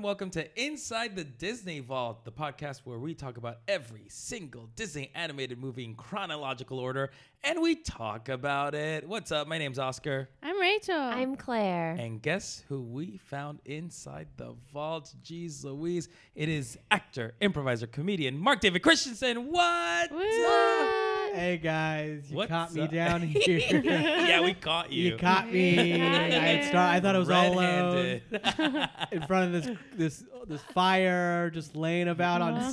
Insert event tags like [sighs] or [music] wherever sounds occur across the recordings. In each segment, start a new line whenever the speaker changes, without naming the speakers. welcome to Inside the Disney Vault, the podcast where we talk about every single Disney animated movie in chronological order and we talk about it. What's up? My name's Oscar.
I'm Rachel.
I'm Claire.
And guess who we found inside the vault? Jeez Louise. It is actor, improviser, comedian Mark David Christensen. What?
What?
Hey guys, you
What's
caught me
up? [laughs]
[laughs]
down [laughs] here.
yeah, we caught you.
you caught me.
You [laughs] caught
I, had
you.
start, I thought it was all alone
Red-handed.
in front of this this this fire, just laying about on
Uh-huh.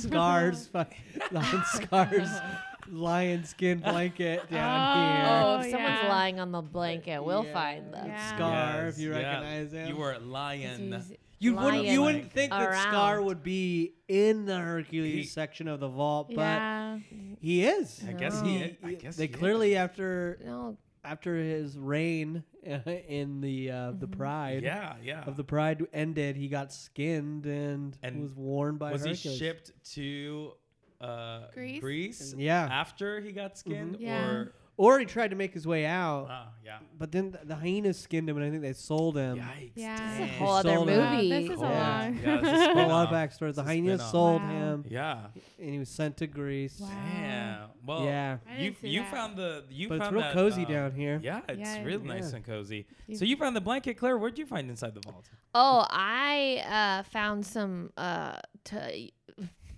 [laughs]
scars, [laughs] fu- on scars, lion skin blanket down
Oh,
Oh, if someone's
yeah.
lying on the blanket, we'll
Yeah.
find them.
Yeah.
here. Scar, if you
Yes, yeah.
recognize him.
You were a lion.
You wouldn't
lying
you wouldn't think that Scar
around.
would be in the Hercules
He-
section of the vault, but
yeah.
he is.
I guess
No.
he. I guess he
they clearly after
No,
after his reign uh, in the uh, the
Is.
pride
Yeah, yeah.
of the pride ended, he got skinned and,
And
was worn by
was he
Hercules.
shipped to uh,
Greece?
Yeah. Mm-hmm.
after he got skinned,
Mhm. Yeah.
or
Or he tried to make his way out,
wow, yeah.
but then the, the hyenas skinned him, and I think they sold him.
Yikes!
Yeah.
dang.
This is a whole other
sold
movie.
him.
Wow, [laughs] this is
Yeah.
a long.
Yeah, this is
There's a lot
spin-off.
of backstories. The
It's a
hyenas
spin-off.
sold
Wow.
him,
[laughs] Yeah.
and he was sent to Greece.
Wow.
Damn. Well,
Yeah.
I didn't
you
see
you
that.
found the you
But it's
found
real
that,
cozy
um,
down here.
Yeah, it's
Yeah, it
real
is.
nice
Yeah.
and cozy.
You-
So you found the blanket, Claire. Where'd you find inside the vault?
Oh, I uh, found some. Uh, t-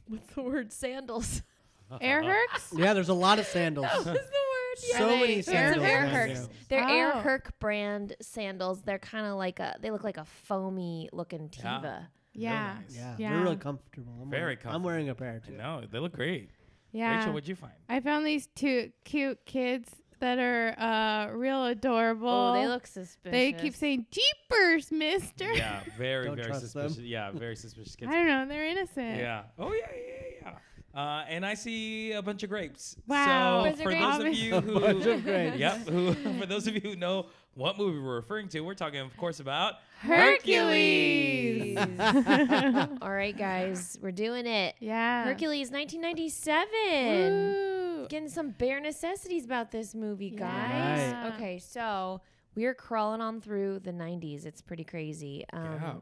what's the word? Sandals.
[laughs]
[laughs]
Air
Uh-huh.
Hercs?
Yeah, there's a lot
[laughs]
of sandals.
That was the word. yeah.
So
Are they-
many
they're
sandals
Air
right
Hercs.
now.
They're Air
Oh.
Herc brand sandals. They're kind of like a. They look like a foamy looking
Yeah.
Tiva.
Yeah.
Real nice.
yeah,
Yeah.
they're really comfortable. I'm
Very
wearing, I'm
comfortable.
wearing a pair
I
too.
know they look great.
Yeah.
Rachel, what'd you find?
I found these two cute kids that are uh, real adorable.
Oh, they look suspicious.
They keep saying "Jeepers, Mister."
Yeah, very
Don't
very
trust them.
suspicious. Yeah, very
[laughs]
suspicious kids.
I don't know. They're innocent.
Yeah. Oh yeah, yeah, yeah. Uh, and I see a bunch of grapes.
Wow.
So
Bunch of
for
grapes.
those of
Obvious-
[laughs]
[laughs]
you
A
who,
bunch
[laughs]
of grapes.
yep, who, for those of you who know what movie we're referring to, we're talking, of course, about
Hercules.
[laughs] All right, guys, we're doing it.
[laughs] yeah.
Hercules, 1997.
Ooh.
getting some bare necessities about this movie, guys.
Yeah. Right.
Okay, so we're crawling on through the 90s. It's pretty crazy. Um,
Yeah.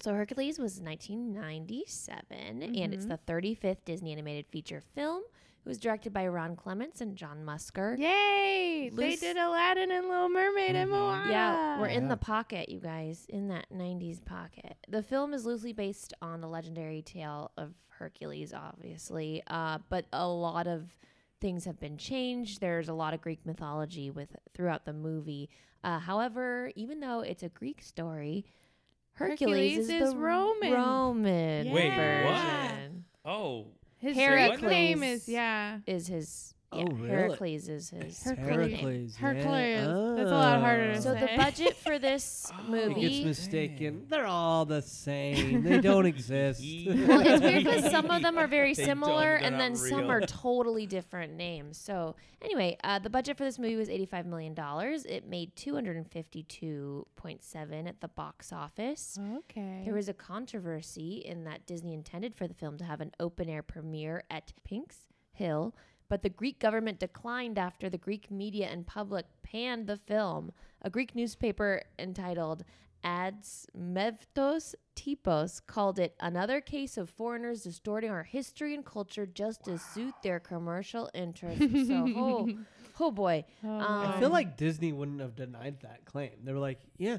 So Hercules was 1997, and it's
Mhm.
the 35th Disney animated feature film. It was directed by Ron Clements and John Musker.
Yay!
Lucy-
they did Aladdin and Little Mermaid and
Mhm.
Moana.
Mm-hmm. Yeah, we're in
Yeah.
the pocket, you guys, in that 90s pocket. The film is loosely based on the legendary tale of Hercules, obviously, uh, but a lot of things have been changed. There's a lot of Greek mythology with throughout the movie. Uh, however, even though it's a Greek story, Hercules,
Hercules
is,
is
the
Roman.
Roman
Wait, what?
version
Oh,
His
Heracles.
Greek name is yeah.
is his. Yeah,
Oh, really?
Heracles is his.
Hercules.
Greek name.
Hercules.
Hercules.
Yeah.
That's a lot harder to
So the
say.
budget
[laughs]
for this
Oh.
Ah. It gets
movie
mistaken. They're all the same.
[laughs]
They don't exist.
e.
[laughs] Well, it's weird because some of them are very
They don't-
similar,
they're
and then
not
some
real.
are totally different names. So, anyway, uh, the budget for this movie was eighty-five million dollars. It made two hundred and fifty-two point seven at the box office.
Okay.
There was a controversy in that Disney intended for the film to have an open-air premiere at Pink's Hill, but the Greek government declined after the Greek media and public panned the film. A Greek newspaper entitled Ads Mevtos Typos called it another case of foreigners distorting our history and culture just to suit their commercial interests. so, oh, oh boy.
Oh,
um,
[laughs] I feel like Disney wouldn't have denied that claim. They were like, yeah,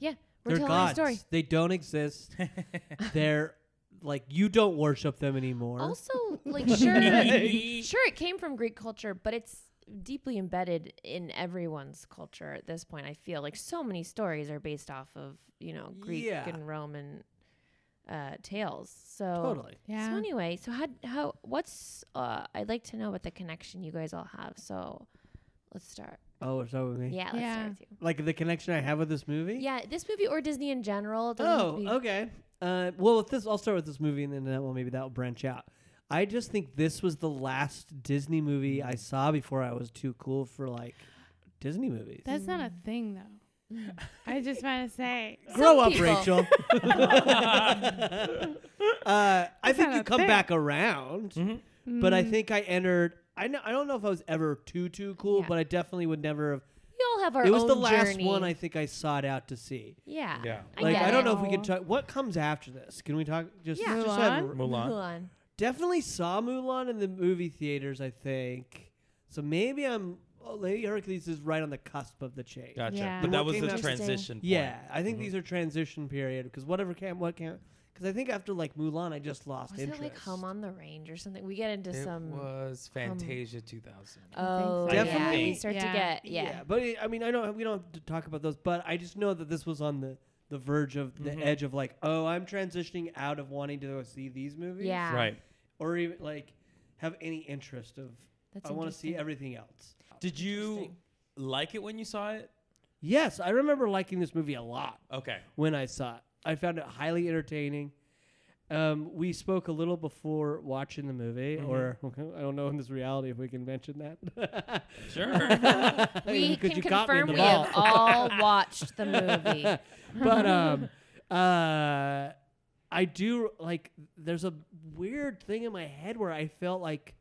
Yeah, we're
they're
telling
gods.
a story.
They
[laughs]
don't exist. they're like you don't worship them anymore. [laughs]
Also, like
[laughs]
sure,
E.
sure it came from greek culture but it's deeply embedded in everyone's culture at this point i feel like so many stories are based off of you know greek
Yeah.
and roman uh tales so
totally.
yeah.
so anyway so how how what's uh i'd like to know what the connection you guys all have so let's start
Oh, is that with me?
yeah let's
Yeah.
start with you
Like the connection I have with this movie.
yeah this movie or disney in general it doesn't have to
Oh,
be-
okay. Uh, well, with this, I'll start with this movie, and then that one maybe that will branch out. I just think this was the last Disney movie I saw before I was too cool for like Disney movies.
That's not a thing though. [laughs] I just want
[laughs]
to say.
Grow
Some
up,
people. [laughs]
Rachel. [laughs] uh, I think
not
you
a
come
thing.
back around,
Mhm.
Mm.
mm.
but I think I entered. I know, I don't know if I was ever too too cool,
Yeah.
but I definitely would never have.
we all all have our
it was
own
the last
journey.
one I think I sought out to see.
yeah.
Yeah.
I
like
get
I don't know
it.
if we can
Wow.
talk. What comes after this? Can we talk? Just,
Yeah.
just have-
Mulan?
Mulan.
Mulan.
definitely saw Mulan in the movie theaters. I think so. Maybe I'm. Oh, Lady Hercules is right on the cusp of the change.
Gotcha.
Yeah.
But
The
that
one
was
came
the
out-
transition. Point.
Yeah, I think
Mhm.
these are transition period because whatever cam what cam because I think after like Mulan, I just lost
Was
interest.
it like Home on the Range or something? We get into
It
some.
was Fantasia 2000.
Oh,
I think so.
yeah.
Definitely.
We start
Yeah.
to get yeah.
but I- I mean, I don't. We don't have to talk about those, but I just know that this was on the the verge of the
Mhm.
edge of like, oh, I'm transitioning out of wanting to go see these movies,
Yeah.
Right.
or even like have any interest of.
That's
I want to see
interesting.
everything else.
Did you
Interesting.
like it when you saw it?
Yes, I remember liking this movie a lot.
[laughs]
Okay.
when I saw it. I found it highly entertaining. Um, we spoke a little before watching the movie,
Mhm.
or [laughs] I don't know in this reality if we can mention that. [laughs]
[laughs]
Sure.
We
Because
can
you caught me
confirm
in the
we have
ball.
[laughs]
all watched the movie.
[laughs] but um, uh, I do like. There's a weird thing in my head where I felt like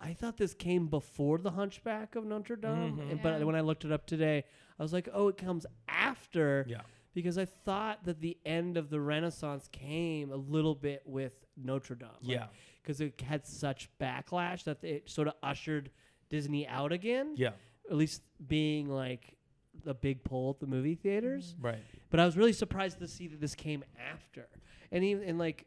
I thought this came before the Hunchback of Notre Dame,
Mhm.
and- but
Yeah.
when I looked it up today, I was like, oh, it comes after.
Yeah.
because I thought that the end of the Renaissance came a little bit with Notre Dame.
Yeah.
Because it had such backlash that it sort of ushered Disney out again,
Yeah.
at least being like the big pull at the movie theaters.
Right.
But I was really surprised to see that this came after. And even and like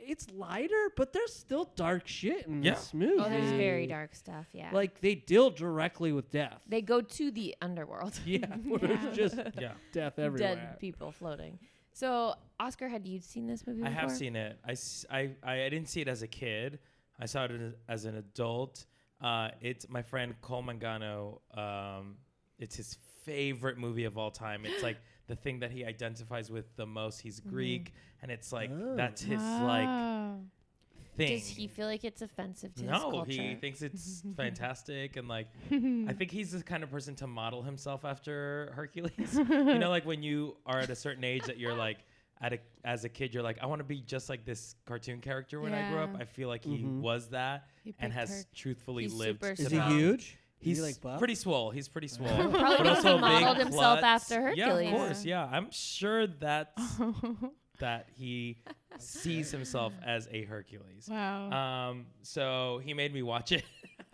it's lighter, but there's still dark shit in
Yeah.
this movie.
Oh, there's very dark stuff. Yeah.
Like they deal directly with death.
they go to the
[laughs]
underworld.
[laughs] yeah, where there's
[laughs]
just
Yeah.
death everywhere.
Dead people floating. So, Oscar, had you seen this movie
I
before?
have seen it. I, s- I- I- I didn't see it as a kid. I saw it as- as an adult. Uh, it's my friend Cole Mangano. Um, it's his favorite movie of all time. It's
[gasps]
like the thing that he identifies with the most. He's
Mm-hmm.
Greek, and it's like
Oh.
that's his like
[laughs] Wow.
thing.
Ah. Does he feel like it's offensive to his
no,
culture?
he thinks
[laughs]
it's fantastic, and like I
Mm.
think he's the kind of person to model himself after Hercules. you know, like when you are at a certain age that you're like at a, as a kid, you're like, I want to be just like this cartoon character when I grew up.
Yeah.
I feel like he
Mhm.
was that
He
and
picked
has
her.
truthfully
He's
lived.
super
to
Is
he
he
that.
Um,
huge?
He's
like buff?
pretty swole. He's
[laughs]
pretty swole.
Probably
but
because
also a
he
big
modeled himself
klutz.
after Hercules.
Yeah, of
Hercules.
course. Yeah, I'm sure
[laughs]
that's that he sees himself as a Hercules.
[laughs]
Mm-hmm.
wow.
Um, so he made me watch it. [laughs]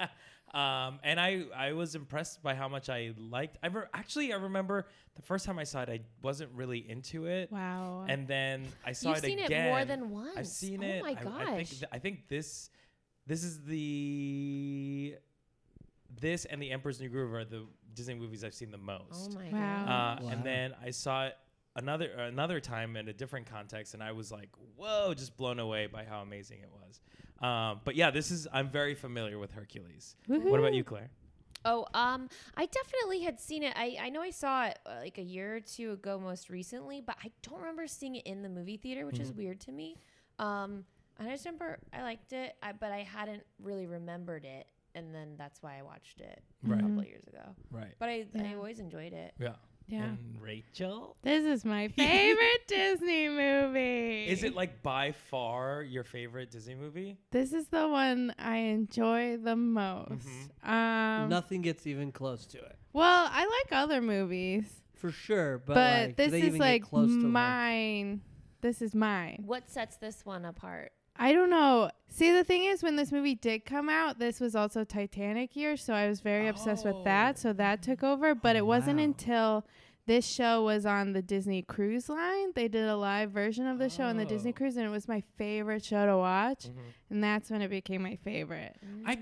um, and I, I was impressed by how much I liked. I re- actually I remember the first time I saw it, I wasn't really into it.
wow.
And then I saw
You've
it
seen
again.
it more than once.
I've seen
oh
it.
my
I-
gosh.
I, think th- I think this this is the this and the Emperor's New Groove are the Disney movies I've seen the
oh
most.
my
Wow.
god.
Uh,
Wow.
And then I saw it another another time in a different context, and I was like, "Whoa!" Just blown away by how amazing it was. Um, but yeah, this is I'm very familiar with Hercules. What about you, Claire?
Oh, um, I definitely had seen it. I, I know I saw it uh, like a year or two ago, most recently, but I don't remember seeing it in the movie theater, which is
Mm-hmm.
weird to me. Um, and I just remember I liked it, I, but I hadn't really remembered it, and then that's why I watched it
Right.
a couple of years ago.
Right.
But I, I
Yeah.
always enjoyed it.
Yeah.
yeah.
And Rachel.
This
[laughs]
is my favorite Disney movie.
Is it like by far your favorite Disney movie?
This is the one I enjoy the
Mm-hmm.
most. Um,
Nothing gets even close to it.
well, I like other movies,
For sure, but,
but,
like, do
this
they
is
even get
like
close to like-
mine. This is mine.
What sets this one apart?
I don't know. See, the thing is, when this movie did come out, this was also Titanic year, so I was very obsessed with that. So that took over, but it wasn't
Oh. Wow.
until this show was on the Disney Cruise Line. They did a live version of the show on the Disney
Oh.
Cruise, and it was my favorite show to watch,
Mm-hmm.
Mhm.
and that's when it became my favorite.
I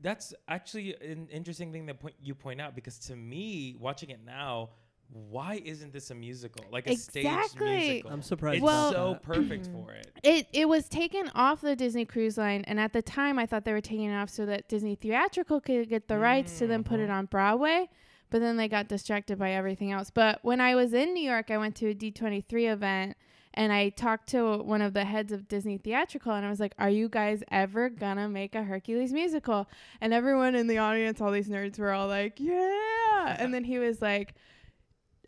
that's actually an interesting thing that point you point out because to me, watching it now, why isn't this a musical? Like a staged
Exactly.
musical.
I'm surprised
It's
about
so
that.
perfect for it.
It it was taken off the Disney Cruise Line, and at the time, I thought they were taking it off so that Disney Theatrical could get the rights to then put
Mm-hmm.
it on Broadway. But then they got distracted by everything else. But when I was in New York, I went to a D23 event. And I talked to one of the heads of Disney Theatrical, and I was like, Are you guys ever gonna make a Hercules musical? And everyone in the audience, all these nerds, were all like, Yeah. and then he was like,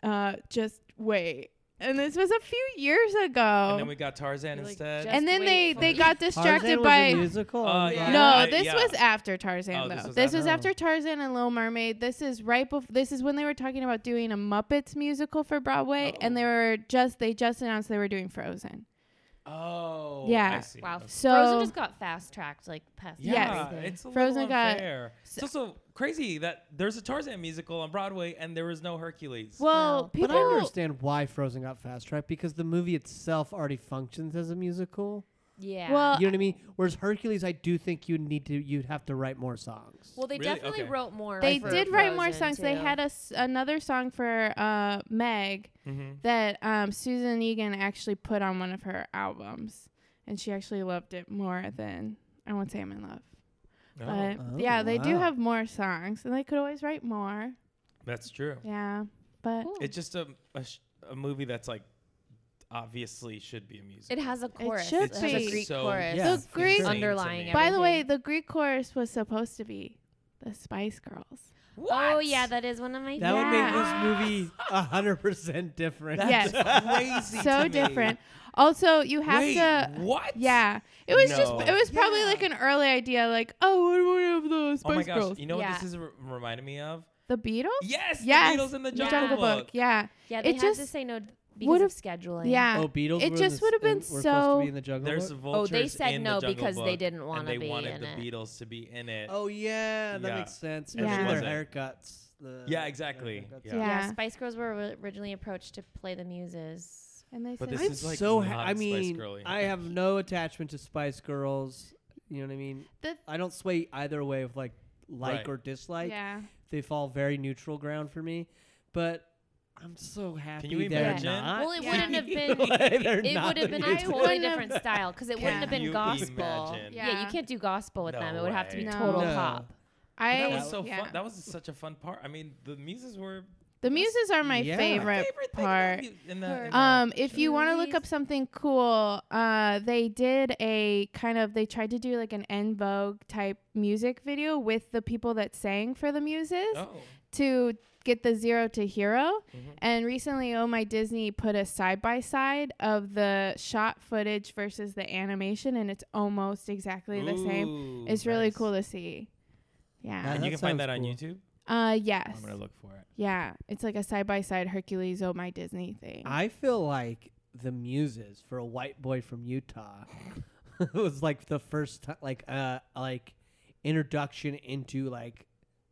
uh, Just wait. and this was a few years ago.
And then we got Tarzan
You're like,
instead.
just-
And then they
wait for
they
it.
got
Tarzan
distracted
was
by
a musical.
Uh,
Oh, Yeah.
yeah.
No,
I-
this
yeah.
was after Tarzan,
Oh,
though.
this
This
was
was,
after?
after Tarzan and Little Mermaid. This is right before. This is when they were talking about doing a Muppets musical for Broadway, and they were just they just announced they were doing Frozen.
oh, I
Yeah.
see.
Wow.
Okay.
So
Frozen just got fast tracked like past
Yeah,
everything.
it's a
Frozen
little
got-
unfair.
So-
it's also crazy that there's a Tarzan musical on Broadway and there was no Hercules.
well,
Wow.
people.
But I understand why Frozen got fast track because the movie itself already functions as a musical.
yeah.
Well,
you know what I mean? Whereas Hercules, I do think you need to you'd have to write more songs.
Well, they
Really?
definitely
Okay.
wrote more.
They
for
did write more
Frozen,
songs. They
too.
had a s another song for uh, Meg
Mm-hmm.
that um, Susan Egan actually put on one of her albums, and she actually loved it more than I won't say I'm in love. But
Oh,
yeah, they do
wow.
have more songs, and they could always write more.
that's true.
Yeah, but
Cool.
It's just a a, sh- a movie that's like obviously should be a musical.
It has a chorus.
should
it has a
be.
Greek
So-
chorus.
Yeah.
The Greek-
insane to
Underlying
me.
everything.
by the way, the Greek chorus was supposed to be the Spice Girls.
Oh
What?
yeah, that is one of my.
That
Yeah.
would make this movie hundred percent different.
That's
Yes.
crazy. to
so
me.
different. Also, you have
Wait,
to.
what?
Yeah, it was
No.
just. It was probably
Yeah.
like an early idea, like, oh, we're one of the Spice
Oh my gosh!
Girls,
You know
Yeah.
what this is r- reminding me of?
the Beatles.
Yes,
Yes,
the Beatles in the
The
Jungle,
Jungle Book. Yeah,
Yeah, they
It
had to
just
say no because
would've-
of scheduling.
yeah.
Oh, Beatles.
It
were in
just
the-
would've been
were supposed to
so-
be in the Jungle
There's
Book?
Oh,
vultures.
they said
in the
no
Jungle
because they
Book,
didn't want
and
to
they
be
wanted
in
the
it.
Beatles to be in it.
Oh yeah, that
Yeah.
makes sense.
And
Especially
she
their
wasn't.
haircuts. The,
Yeah, exactly.
haircuts.
Yeah.
Yeah.
Yeah, Spice Girls were ri- originally approached to play the Muses.
And they
But
said,
this
I'm
is like
so. Ha-
not
I
Spice
mean,
Girly.
I have no attachment to Spice Girls. You know what I mean?
The-
I don't sway either way with like like
Right.
or dislike.
yeah,
They fall very neutral ground for me. But I'm so happy
you
they're
imagine?
not. [laughs]
Well, it
Yeah.
wouldn't have been.
They're
It
not
would have been
the
a
Beatles.
totally
Wouldn't have-
different style because it
Can
wouldn't have been
you
gospel.
imagine?
Yeah. you
Yeah.
can't do gospel with
No
them. It would have to be
way.
total
No.
pop.
I.
that was so
yeah.
fun. That was such a fun part. I mean, the muses were
The Muses are my
Yeah.
favorite,
thing
part.
in that, in that,
Um, if you want to look
Cheerleaders.
up something cool, uh, they did a kind of they tried to do like an En Vogue type music video with the people that sang for the muses
oh,
to get the zero to hero.
Mhm.
And recently, Oh My Disney put a side by side of the shot footage versus the animation, and it's almost exactly the same.
Ooh,
It's really
nice.
cool to see. Yeah.
And
That
you can find
sounds
that on
cool.
YouTube.
Uh, yes.
I'm gonna look for it.
Yeah, it's like a side by side Hercules Oh My Disney thing.
I feel like the Muses for a white boy from Utah [laughs] was like the first time, like uh, like introduction into like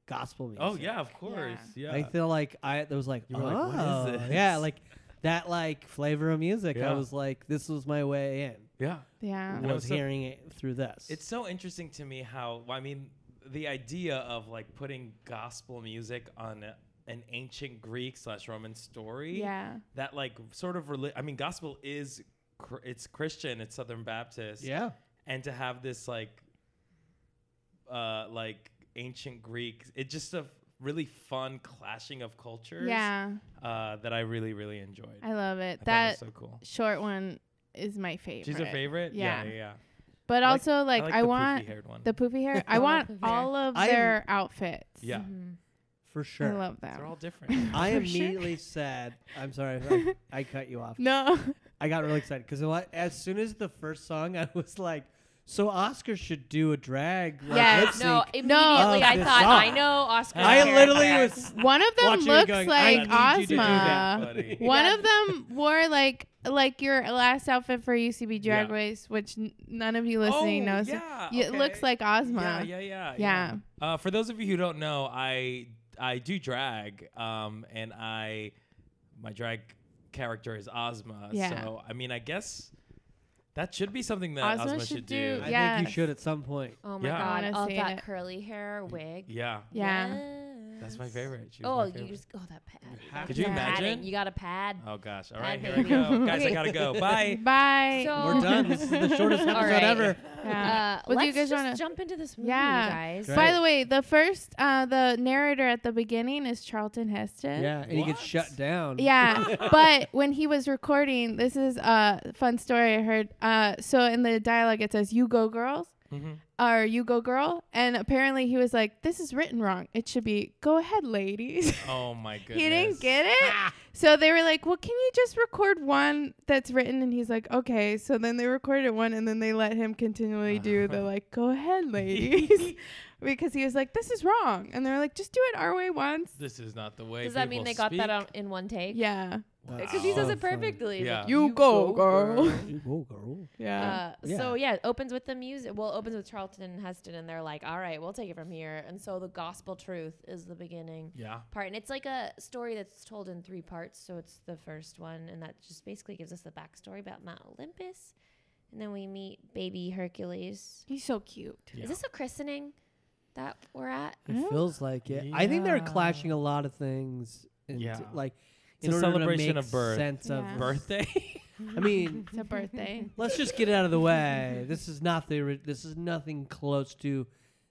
gospel music.
Oh yeah, of course. Yeah.
I feel like I it was like,
You
oh
were like, "What is this?"
yeah, like that like flavor of music.
Yeah.
I was like, this was my way in.
yeah.
yeah.
And
I was
also-
hearing it through this.
It's so interesting to me how I mean the idea of like putting gospel music on a, an ancient Greek slash Roman story.
Yeah.
That like sort of reli- I mean, gospel is cr- it's Christian. It's Southern Baptist.
yeah,
and to have this like uh like ancient greek it's just a really fun clashing of cultures
Yeah.
uh that i really really enjoyed
I love
I
it.
thought
that
was so cool
short one is my favorite.
she's a favorite yeah
Yeah.
yeah, yeah.
But
I like-
also, like, I,
the
want
poofy-haired one
the poofy hair. I
love
want
poofy hair.
all of
I am-
their outfits.
yeah
Mhm.
for sure.
I love them.
they're all different [laughs]
I
For sure.
immediately said, I'm sorry, I, I cut you
[laughs]
off.
No.
I got really excited because as soon as the first song, I was like, so Oscar should do a drag. Like,
Yes.
lip sync.
Uh, No, immediately
Of
I
this
thought
song.
I know Oscar.
I literally
character.
[laughs]
was.
One of them
Watching you
looks
going, I
like
need you to do that,
Ozma.
buddy.
One
Yeah.
of them wore like like your last outfit for UCB Drag
Yeah.
Race, which n- none of you listening
oh,
knows.
yeah,
Y- It looks
okay.
like Ozma.
Yeah, yeah, yeah,
Yeah.
Uh, for those of you who don't know, I I do drag, um, and I my drag character is Ozma.
Yeah.
So I mean, I guess that should be something that Ozma,
Ozma
should,
should
do.
do-
I think you
Yes.
should at some point.
Oh my
Yeah.
god!
I wanna
All
see
that
it.
curly hair wig.
Yeah,
Yeah.
that's my favorite. She was
Oh,
my favorite.
you just oh that pad.
have
Could you
to
Padding.
imagine?
You got a pad. Uh,
Oh gosh! All right,
Bye,
here I
baby.
go, guys. I
Okay.
gotta
[laughs]
go. Bye.
Bye.
So-
We're done. This is the shortest
All
episode
right.
ever.
Yeah.
Uh,
Well, do
let's
you guys
just
wanna-
jump into this movie,
Yeah.
you guys.
Right.
By the way, the first uh the narrator at the beginning is Charlton Heston.
Yeah, and he gets
What?
shut down.
Yeah, but when he was recording, this is a fun story I heard. Uh, so in the dialogue, it says, "You go, girls,"
Mm-hmm.
or you go girl and apparently he was like this is written wrong it should be go ahead ladies [laughs]
Oh my goodness.
he didn't get it so they were like well can you just record one that's written and he's like okay so then they recorded one and then they let him continually do [laughs] the like go ahead ladies [laughs] because he was like this is wrong and they were like just do it our way once [laughs]
This is not the way.
Does that
people
mean they got that
speak. Oh,
out in one take?
yeah
Because he
Wow.
does
So
it
funny.
perfectly. He's
Yeah.
like,
You go, girl."
[laughs] Whoa, girl.
[laughs] yeah
Uh,
Yeah.
So yeah, it opens with the music. Well, it opens with Charlton and Heston, and they're like, "All right, we'll take it from here." And so the gospel truth is the beginning
Yeah.
part, and it's like a story that's told in three parts. So it's the first one, and that just basically gives us the backstory about Mount Olympus, and then we meet baby Hercules.
he's so cute
Yeah.
Is this a christening that we're at?
I don't-
It feels like it. I think they're
Yeah.
clashing a lot of things. Into,
Yeah.
Like
It's
in
a
order to
celebration
make
of birth.
Sense of
Yeah.
Birthday.
I mean,
it's a birthday
[laughs]
Let's just get it out of the way. This is not the. ori- This is nothing close to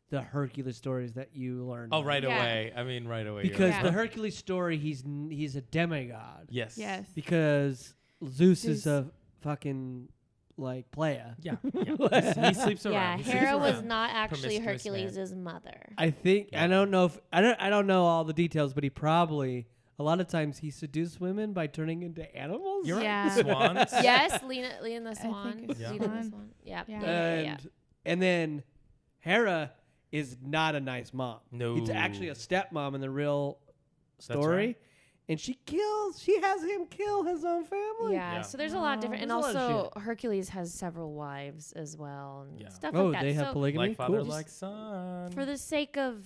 the Hercules stories that you learned.
oh, right
Yeah.
away. I mean, right away. you're
Because
right.
the Hercules story, he's n- he's a demigod.
Yes.
yes
Because Zeus, is
Zeus.
a fucking like playa.
Yeah.
[laughs]
yeah. He's- he sleeps
yeah,
around. He sleeps
Hera was
around.
not actually
Promiscuous man.
Hercules' mother.
I think I don't know if I don't I don't know all the details, but he probably a lot of times he seduced women by turning into animals.
You're
Yeah.
right. Swans.
[laughs] yes, Lena, Lena the
think
Swan.
it's
Yeah.
Lena the
Swan.
Swan. Yeah.
Yeah.
Yeah. yeah,
and
yeah.
and then Hera is not a nice mom.
No.
It's actually a stepmom in the real story.
right.
And she kills, she has him kill his own family.
yeah,
Yeah.
so there's a lot
Wow.
different, and
There's a lot of
also Hercules has several wives as well, and
Yeah.
stuff
Oh,
like that.
they
so
have polygamy?
Like father,
Cool.
like son.
for the sake of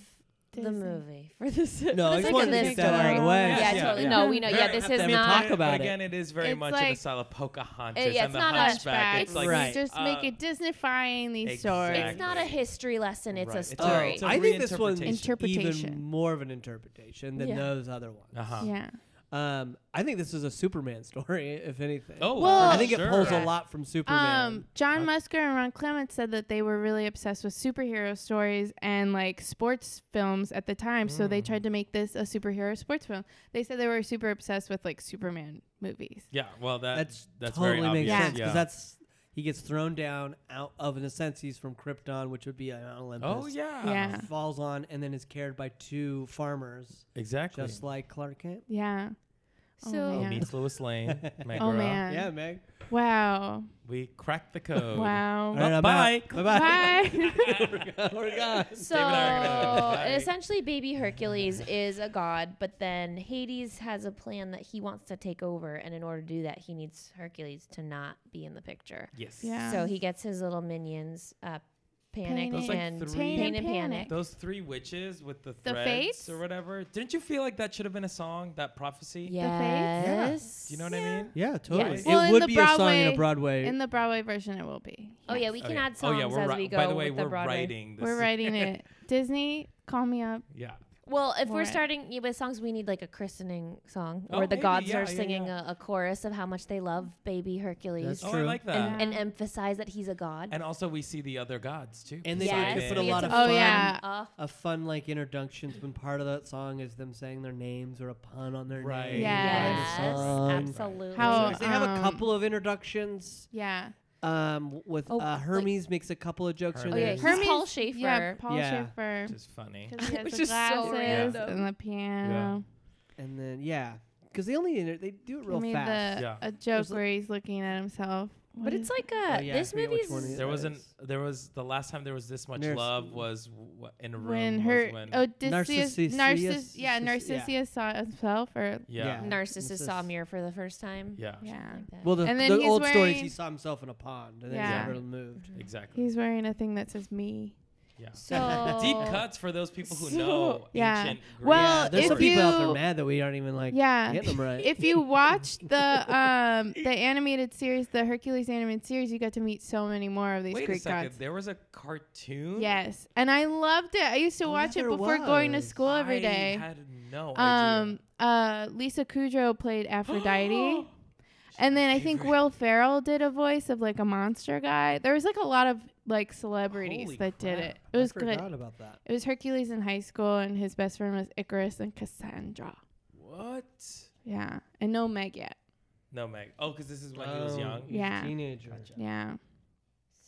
Disney.
the movie, [laughs] for this,
No, I
for the
just
sake
wanted
of
to
this
get that out of the
story.
way.
Yeah,
Yes, yeah,
totally.
yeah.
No, we know.
Very
Yeah, this
apt
is
that we
not.
talk about
but
it.
again, it is very
It's
much in the
like-
style of Pocahontas
Uh, yeah,
and
it's
the
not a
Hunchback. It's like
Right.
just make
uh,
it dignifying these
exactly.
stories
It's not a history lesson. It's
Right.
a
It's a-
Uh,
story.
Oh,
it's a-
I think this one's even
Interpretation.
more of an interpretation than
Yeah.
those other ones.
Uh-huh.
yeah
Um, I think this is a Superman [laughs] story, if anything.
Oh,
Well-
for
I think
sure.
it pulls a
Yeah.
lot from Superman.
Um, John Musker and Ron Clements said that they were really obsessed with superhero stories and like sports films at the time, so they tried to make this a superhero sports film. They said they were super obsessed with like Superman movies.
Yeah, well, that,
that's
that's that's
totally
very obvious.
makes sense
yeah.
because that's he gets thrown down out of in a sense he's from Krypton, which would be an Olympus.
oh yeah,
Yeah.
falls on and then is carried by two farmers,
exactly.
just like Clark Kent.
Yeah. Oh,
so
Who
yeah.
meets Lois
[laughs]
Lane. Meg
Oh
Rao.
man.
Yeah, Meg.
Wow.
we cracked the code.
Wow.
right. bye.
[laughs] Bye [laughs]
Bye.
bye. We're gone.
So
David Ireland. Right.
essentially, baby Hercules is a god, but then Hades has a plan that he wants to take over, and in order to do that, he needs Hercules to not be in the picture.
Yes.
Yeah.
So he gets his little minions, uh,
Panic.
Panic
Those,
like,
and
three-
Pain and Panic.
Those three witches with the
The
threads
fates?
or whatever. Didn't you feel like that should have been a song? That prophecy.
Yes.
Do you know what I mean?
Yeah, totally.
Yes.
It
Well, in
would
the
be a song in
Broadway-
a Broadway.
In the Broadway version, it will be.
Oh yeah,
Yes.
we
Oh,
can
yeah.
add songs
oh, yeah, we're
as
ri-
we go.
By the way,
with
we're
the Broadway.
writing. This [laughs]
We're writing it. Disney, call me up.
Yeah.
Well, if
Or-
we're starting y- with songs, we need like a christening song
Oh,
where the
maybe,
gods
yeah,
are
yeah,
singing
yeah.
A, a chorus of how much they
Mm.
love baby Hercules
That's
Oh, I
True.
like that.
and,
And,
Yeah.
and emphasize that he's a god.
also, we see the other gods too.
And they
Poseidon.
could put a
Yes.
lot
[laughs]
It's
of
Oh,
fun,
yeah.
Uh,
a fun like introductions when part of that song is them saying their names or a pun on their
Right.
name.
Yes.
By the song.
absolutely.
How-
They have a
Um,
couple of introductions.
Yeah.
Um, w- with
Oh,
uh,
like-
Hermes makes a couple of jokes.
Hermes.
in
oh yeah,
there.
he's
Hermes-
Paul Schaefer.
Yeah. Paul
Yeah.
Schaefer.
Which is funny.
Because he has
Which
the
is so
glasses
random.
and the piano.
and then yeah, because they only inter- they do it
I
real
made
fast.
The,
Yeah.
a joke
There's a-
where he's looking at himself.
But it's like a
Oh, yeah, I
this
forget
movie
which
is
one he-
There wasn't.
Yes.
There was the last time there was this much
Nurse-
love was w- in a room
when
was
her
when-
Odysseus,
Narcissus-
Narciss, yeah,
Narcissus-
Narcissus
yeah.
saw himself, or
yeah,
Yeah.
Narcissus
It's
saw
just-
Mir for the first time.
yeah,
yeah,
Like that.
Well, [laughs] the,
And then
the
he's
old stories
wearing-
he saw himself in a pond and then
Yeah.
he never moved.
exactly.
he's wearing a thing that says me.
yeah.
so
Deep cuts for those people who
So-
know
Yeah.
ancient. Greek
Well,
yeah, there's
if
some people out there
you-
mad that we aren't even like
Yeah.
getting them right.
If you watched
[laughs]
the um the animated series, the Hercules animated series, you got to meet so many more of these
Wait a
Greek
second.
gods.
There was a cartoon.
Yes, and I loved it. I used to
Oh,
watch
yeah,
it
there
before going to
was.
school every
I
day.
had no
Um, uh, Lisa Kudrow played
[gasps]
Aphrodite. And then I think
Favorite.
Will Ferrell did a voice of like a monster guy. There was like a lot of like celebrities
Holy
that did
crap.
it. It was
I
good.
forgot about that.
It was Hercules in high school, and his best friend was Icarus and Cassandra.
What?
Yeah, and no Meg yet.
No, Meg. Oh, because this is when he was
Oh,
young.
he's a
Yeah.
teenager.
Yeah,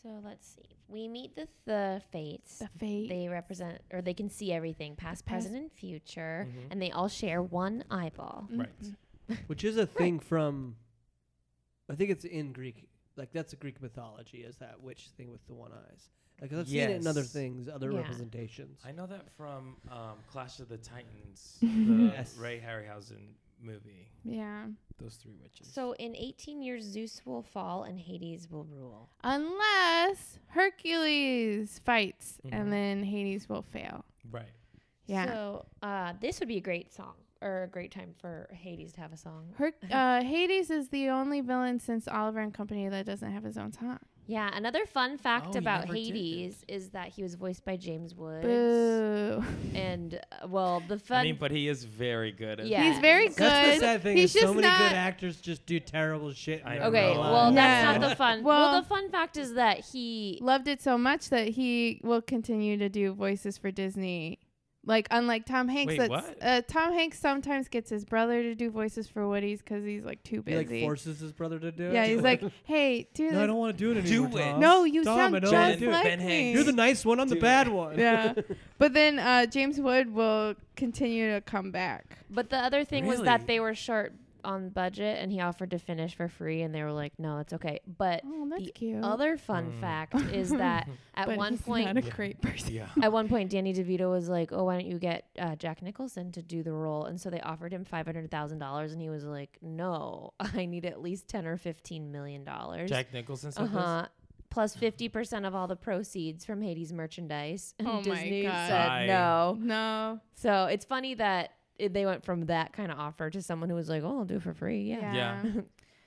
So let's see. We meet the, the fates.
The fate.
They represent, or they can see everything, past,
Past-
present, and future,
Mhm.
and they all share one eyeball.
Mm.
Right.
which is a thing from i think it's in greek like that's a greek mythology is that witch thing with the one eyes like i've seen it in other
Yes.
things other
Yeah.
representations
I know that from um, Clash of the
[laughs]
Titans, the
Yes.
Ray Harryhausen movie.
Yeah.
Those three witches.
So in 18 years, Zeus will fall and Hades will rule.
Unless Hercules fights
Mhm.
and then Hades will fail.
right.
Yeah.
So uh, this would be a great song, or a great time for Hades to have a song. [laughs]
Her, uh, Hades is the only villain since Oliver and Company that doesn't have his own song.
Yeah, another fun fact
Oh, he
about
never did that.
Hades is that he was voiced by James Woods.
Boo.
And uh, well, the fun
I mean, but he is very good. At
Yeah.
He's very
That's
good.
that's the sad thing
He's
is so
just
many
not-
good actors just do terrible shit
I
in their
don't
Okay,
real
know.
well,
lives.
that's
Yeah.
not the fun. Well,
Well-
the fun fact is that he.
Loved it so much that he will continue to do voices for Disney. Like unlike Tom Hanks,
Wait,
that's
what?
Uh, Tom Hanks sometimes gets his brother to do voices for Woody's because he's like too
he like
busy.
forces his brother to do it
yeah, he's
[laughs]
like, "Hey, do
no i
this."
don't want to do it
Do
anymore
it.
Tom.
No, you
Tom, I
sound
don't
just
wanna
Ben-
like
do it.
Ben
me.
Hanks.
[laughs]
you're the nice one i'm
Do
the
it.
bad one [laughs]
yeah. But then uh, James Wood will continue to come back.
But the other thing was that
Really?
they were short on budget, and he offered to finish for free, and they were like, "No, that's okay." But
Oh, that's
Uh, the
cute.
other fun
Mm. [laughs]
fact
[laughs]
is that at
but
one
he's
point,
not a
Yeah.
great person.
Yeah.
at one point, Danny DeVito was like, "Oh, why don't you get uh, Jack Nicholson to do the role?" And so they offered him five hundred thousand dollars, and he was like, "No, [laughs] I need at least ten or fifteen million dollars."
Jack Nicholson said
Uh
this?
Uh-huh.
huh. Plus fifty percent of all the proceeds from Hades merchandise. And
Oh my
Disney
God.
said
I-
no.
No.
So it's funny that it, they went from that kind of offer to someone who was like, "Oh, I'll do it for free." Yeah.
Yeah.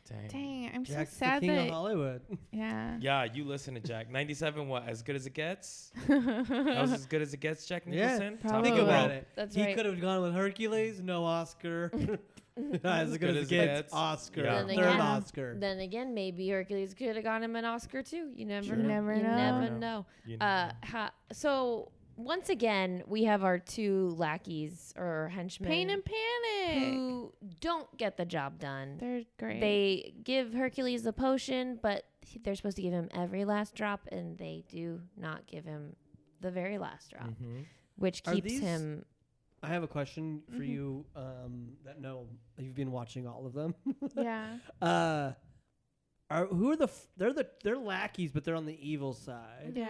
Dang.
Dang, I'm
Jack's
so
the
sad
king of
that.
hollywood
Yeah.
Yeah, you listen to Jack. 97, what? As good as it gets?
[laughs]
That was as good as it gets, Jack
Yeah.
Nicholson?
Probably.
Top
think
of the
about
Uh,
world.
it
That's
he
right.
could have gone with Hercules, no Oscar. as good, as it gets, Oscar,
Yeah.
Then
third
again-
Oscar.
Then again, maybe Hercules could have gotten him an Oscar too. You never,
Sure.
know.
Never
you
know.
never
Never
know.
You know.
Uh, ha- so once again, we have our two lackeys or henchmen
Pain and panic.
who don't get the job done.
They're great.
They give Hercules the potion, but he- they're supposed to give him every last drop, and they do not give him the very last drop,
Mhm.
which
Are
keeps
these-
him.
I have a question for
Mhm.
you um, that no, you've been watching all of them.
[laughs]
[laughs]
[laughs]
yeah.
Uh, are who are the f- they're the they're lackeys, but they're on the evil side.
Yeah.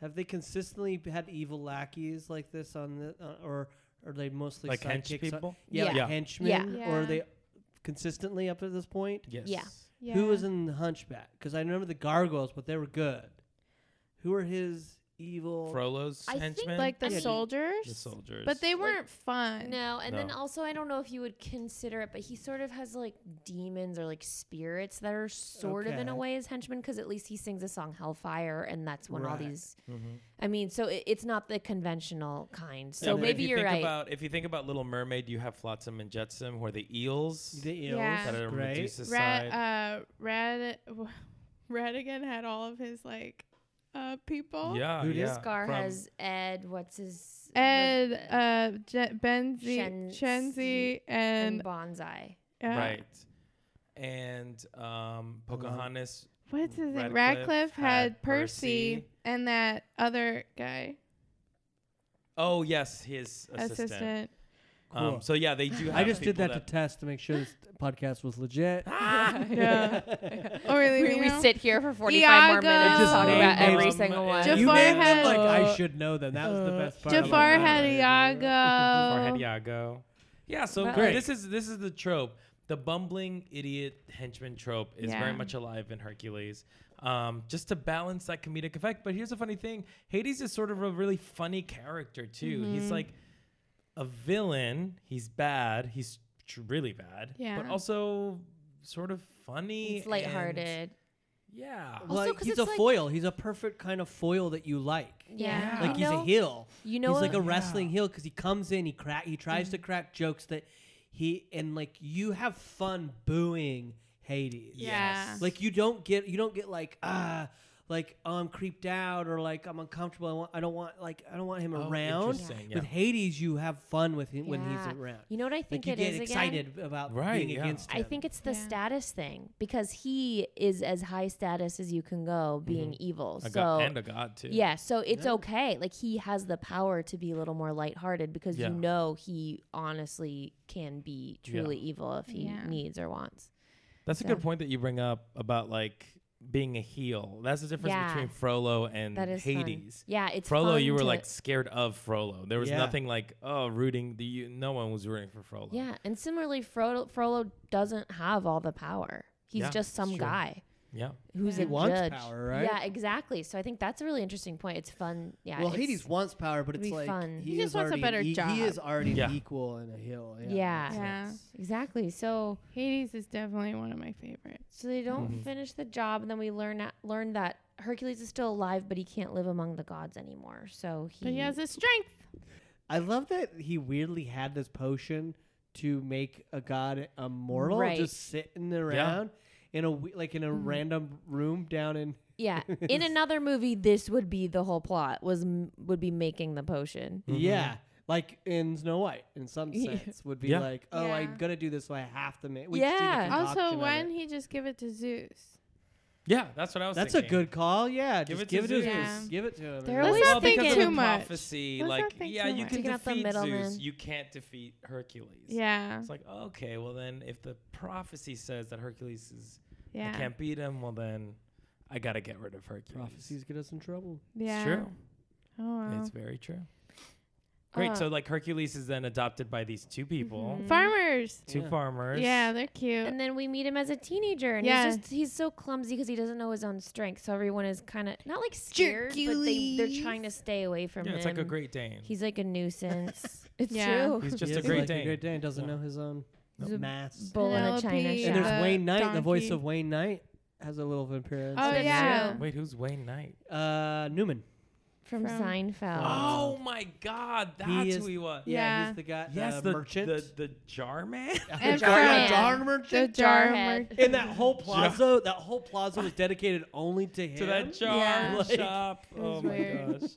Have they consistently had evil lackeys like this on the uh, or are they mostly
Like hench
sidekicks on-
people?
Yeah, like
Yeah.
henchmen.
Yeah.
Or are
Yeah.
they consistently up to this point?
Yes.
Yeah.
Yeah.
Who was in the Hunchback? Because I remember the Gargoyles, but they were good. Who were his evil?
Frollo's
I think,
henchmen?
like the
Yeah, the-
soldiers?
the soldiers.
But they
Like-
weren't fun.
No, and then
No.
also I don't know if you would consider it, but he sort of has like demons or like spirits that are sort of in a
Okay.
way his henchmen because at least he sings the song Hellfire, and that's when all
Right.
these.
Mm-hmm.
Mhm.
I mean, so it, it's not the conventional kind. So
but
maybe
if you
you're
think
right.
About, if you think about Little Mermaid, you have Flotsam and Jetsam, who are the eels
the eels.
Yeah.
that are on
Right.
Medusa's
Rad,
side.
uh, Rad, [laughs] w- Radigan had all of his like uh, people.
yeah,
Who
yeah.
dis-
Scar
From-
has Ed. What's his?
Ed,
um,
uh, Je- Benzi,
Shen-
Chenzi,
and
and,
Bonsai.
uh,
right, and
Uh-huh.
um, Pocahontas.
What's his name?
Radcliffe
Radcliffe
had
had Percy,
Percy.
and that other guy
Oh yes, his assistant.
assistant.
Um,
Cool.
so yeah, they do. Have
I just did
people Ah.
that, to test to make sure this podcast was
[laughs]
legit.
Yeah. oh really?
We, we
Reno?
sit here for 45 more minutes
Iago. Just
talking about
name
every
them.
single one.
Jafar
you named
had-
them like I should know them. That was the best part. about
Jafar
that.
had
Before
Iago.
Hediago. Yeah, so
Great.
this is this is the trope. The bumbling idiot henchman trope is
Yeah.
very much alive in Hercules. Um, just to balance that comedic effect. But here's a funny thing: Hades is sort of a really funny character too. He's like a villain. He's bad. He's tr- really bad. But
Yeah.
also sort of funny.
It's
and-
lighthearted.
Yeah.
Well,
Also 'cause
he's
it's
a
like-
foil. He's a perfect kind of foil that you like.
Yeah.
Yeah.
Like
you
he's
know,
a heel.
You know
he's like
what?
a wrestling
Yeah.
heel because he comes in, he crack, he tries to crack jokes that he and like you have fun booing Hades.
Yeah.
Yes.
Like you don't get you don't get like ah like oh I'm creeped out or like I'm uncomfortable. I, want, I don't want like I don't want him
Oh,
around.
interesting,
With Hades, you have fun with him when he's
Yeah.
around.
You know what I
Like
think
you
it is
get
again?
excited about
Right,
being
yeah.
against him.
I think it's the
Yeah.
status thing because he is as high status as you can go being evil.
A
so
god, Mm-hmm. and a god too.
yeah, so it's
Yeah.
okay. Like he has the power to be a little more lighthearted because
Yeah.
you know he honestly can be
Yeah.
truly evil if he
Yeah.
needs or wants.
That's a
Yeah.
good point that you bring up about like being a heel. That's the difference
Yeah.
between Frollo and
That is fun.
Mm, Hades.
Yeah, it's
Frollo,
fun
you were
to-
like scared of Frollo. There was
Yeah.
nothing like oh rooting. The you, no one was rooting for Frollo.
yeah, and similarly, Frollo, Frollo doesn't have all the power. He's
Yeah,
just some
it's true.
guy
yeah.
who's
He
a
wants
judge.
power, right?
Yeah, exactly. So I think that's a really interesting point. It's fun. Yeah.
well,
it's-
Hades wants power, but
it'd
it's
be
like
fun.
he,
He just
is
wants a
already
better
e-
job.
He is already
Yeah.
equal in a hill. Yeah.
Yeah.
makes
Yeah.
sense.
Exactly. So
Hades is definitely one of my favorites.
so they don't
Mhm.
finish the job, and then we learn that, learn that Hercules is still alive, but he can't live among the gods anymore. So he.
But he has a strength.
I love that he weirdly had this potion to make a god immortal,
Right. Mm-hmm.
just sitting around in a we- like in a random room down in.
[laughs]
yeah. In another movie, this would be the whole plot was m- would be making the potion.
Mhm.
Yeah, like in Snow White, in some
Yeah.
[laughs]
sense, would be
Yeah.
like, oh,
Yeah.
I'm gonna do this, so I have to make. We
Yeah.
yeah.
Also, why didn't he just give it to Zeus?
Yeah, that's what I was.
That's
thinking.
a good call. Yeah,
Give
just
it to
give it to
Zeus.
Zeus.
Yeah.
Give it to him.
There was-
and then-
well,
Let's not think
because
too
of the
much.
prophecy,
Let's
like
not think
yeah,
too
you
much.
can
Taking out the
defeat Zeus.
middleman.
You can't defeat Hercules.
Yeah.
It's like okay, well then, if the prophecy says that Hercules is I
Yeah.
can't beat him, well then, I gotta get rid of Hercules.
prophecies get us in trouble.
Yeah.
It's true.
Oh, wow.
It's very true. Great.
Uh,
so like Hercules is then adopted by these two people,
Mhm.
Farmers.
two
Yeah.
farmers.
Mm-hmm. Yeah, they're cute.
And then we meet him as a teenager, and
Yeah.
he's just he's so clumsy because he doesn't know his own strength. So everyone is kind of not like scared, but they they're
Hercules.
trying to stay away from
Yeah,
him.
it's like a Great Dane. He's,
He's like
[laughs]
a nuisance. it's
Yeah.
true.
just
He
a
is
Great
like
Dane.
A great Dane doesn't
Yeah.
know his own
He's
a
mass.
bull in a
Penelope
china shop.
And there's
Yeah.
Wayne Knight, the voice
Donkey.
of Wayne Knight, has a little appearance.
Oh,
in
yeah.
Wait, who's Wayne Knight?
there. Uh, Newman.
from,
From-
Seinfeld.
Oh my God, that's
is-
who he was.
Yeah,
Yeah.
he's the guy.
Yes,
the,
the
merchant. [laughs]
the the jar man. [laughs]
And
jar,
Fran.
the jar merchant.
The jar.
Jarhead.
merc-
and that
[laughs]
whole plaza, that whole plaza was dedicated only to him.
to that jar [laughs]
Yeah.
Like-
shop.
was
Oh my
weird.
gosh,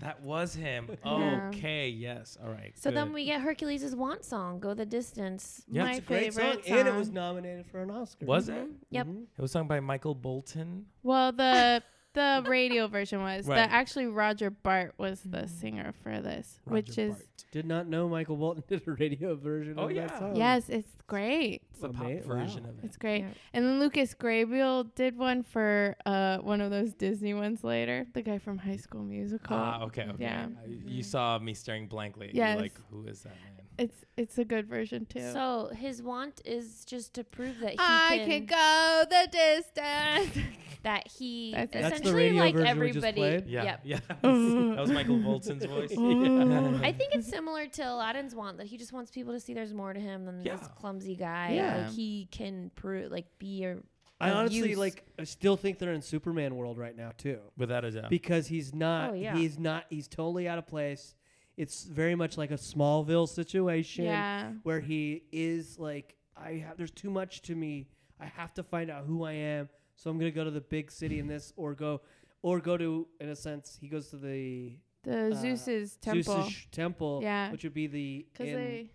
that was him.
Yeah.
Okay, yes, all right.
So then
good.
we get Hercules' want song, Go the Distance.
Yeah,
My
it's
It's a great song,
favorite
and it was
song.
nominated for an Oscar.
was it?
Mm-hmm. Yep.
Mhm.
It was sung by Michael Bolton.
Well,
[laughs]
the the radio version was.
Right.
The, actually, Roger Bart was the singer for this, which
Roger
is
Bart.
Did not know Michael Bolton [laughs] did a radio version
Oh,
of
yeah.
that song.
yes, it's great.
It's the
Ama-
pop
wow.
version of it.
It's
Mm-hmm.
great.
Yeah.
And then Lucas Grabeel did one for uh one of those Disney ones later. The guy from High School Musical.
Ah, okay, okay.
Yeah.
I- you saw me staring blankly. You're
Yes.
like, who is that man?
It's it's a good version too.
So his want is just to prove that he
I can
can,
go the
[laughs]
distance.
that he
That's it. That's the
essentially
radio
like
version we just
everybody.
played?
Yeah,
Yep.
yeah. That was, that
Oh,
[laughs]
was Michael Bolton's voice.
Uh-huh.
I think it's similar to Aladdin's want that he just wants people to see there's more to him than
Yeah.
this clumsy guy.
Yeah.
Like he can prove like be a
I
of
honestly
use.
like. I still think they're in Superman world right now too,
[laughs] Without a doubt.
because he's not.
Oh, yeah.
He's not. He's totally out of place. It's very much like a Smallville situation.
yeah.
where he is like, I have there's too much to me. I have to find out who I am. So I'm gonna go to the big city in this, or go, or go to in a sense he goes to the
The
Uh,
Zeus's temple.
Zeus's sh- temple,
Yeah.
which would be the
Because
in-
they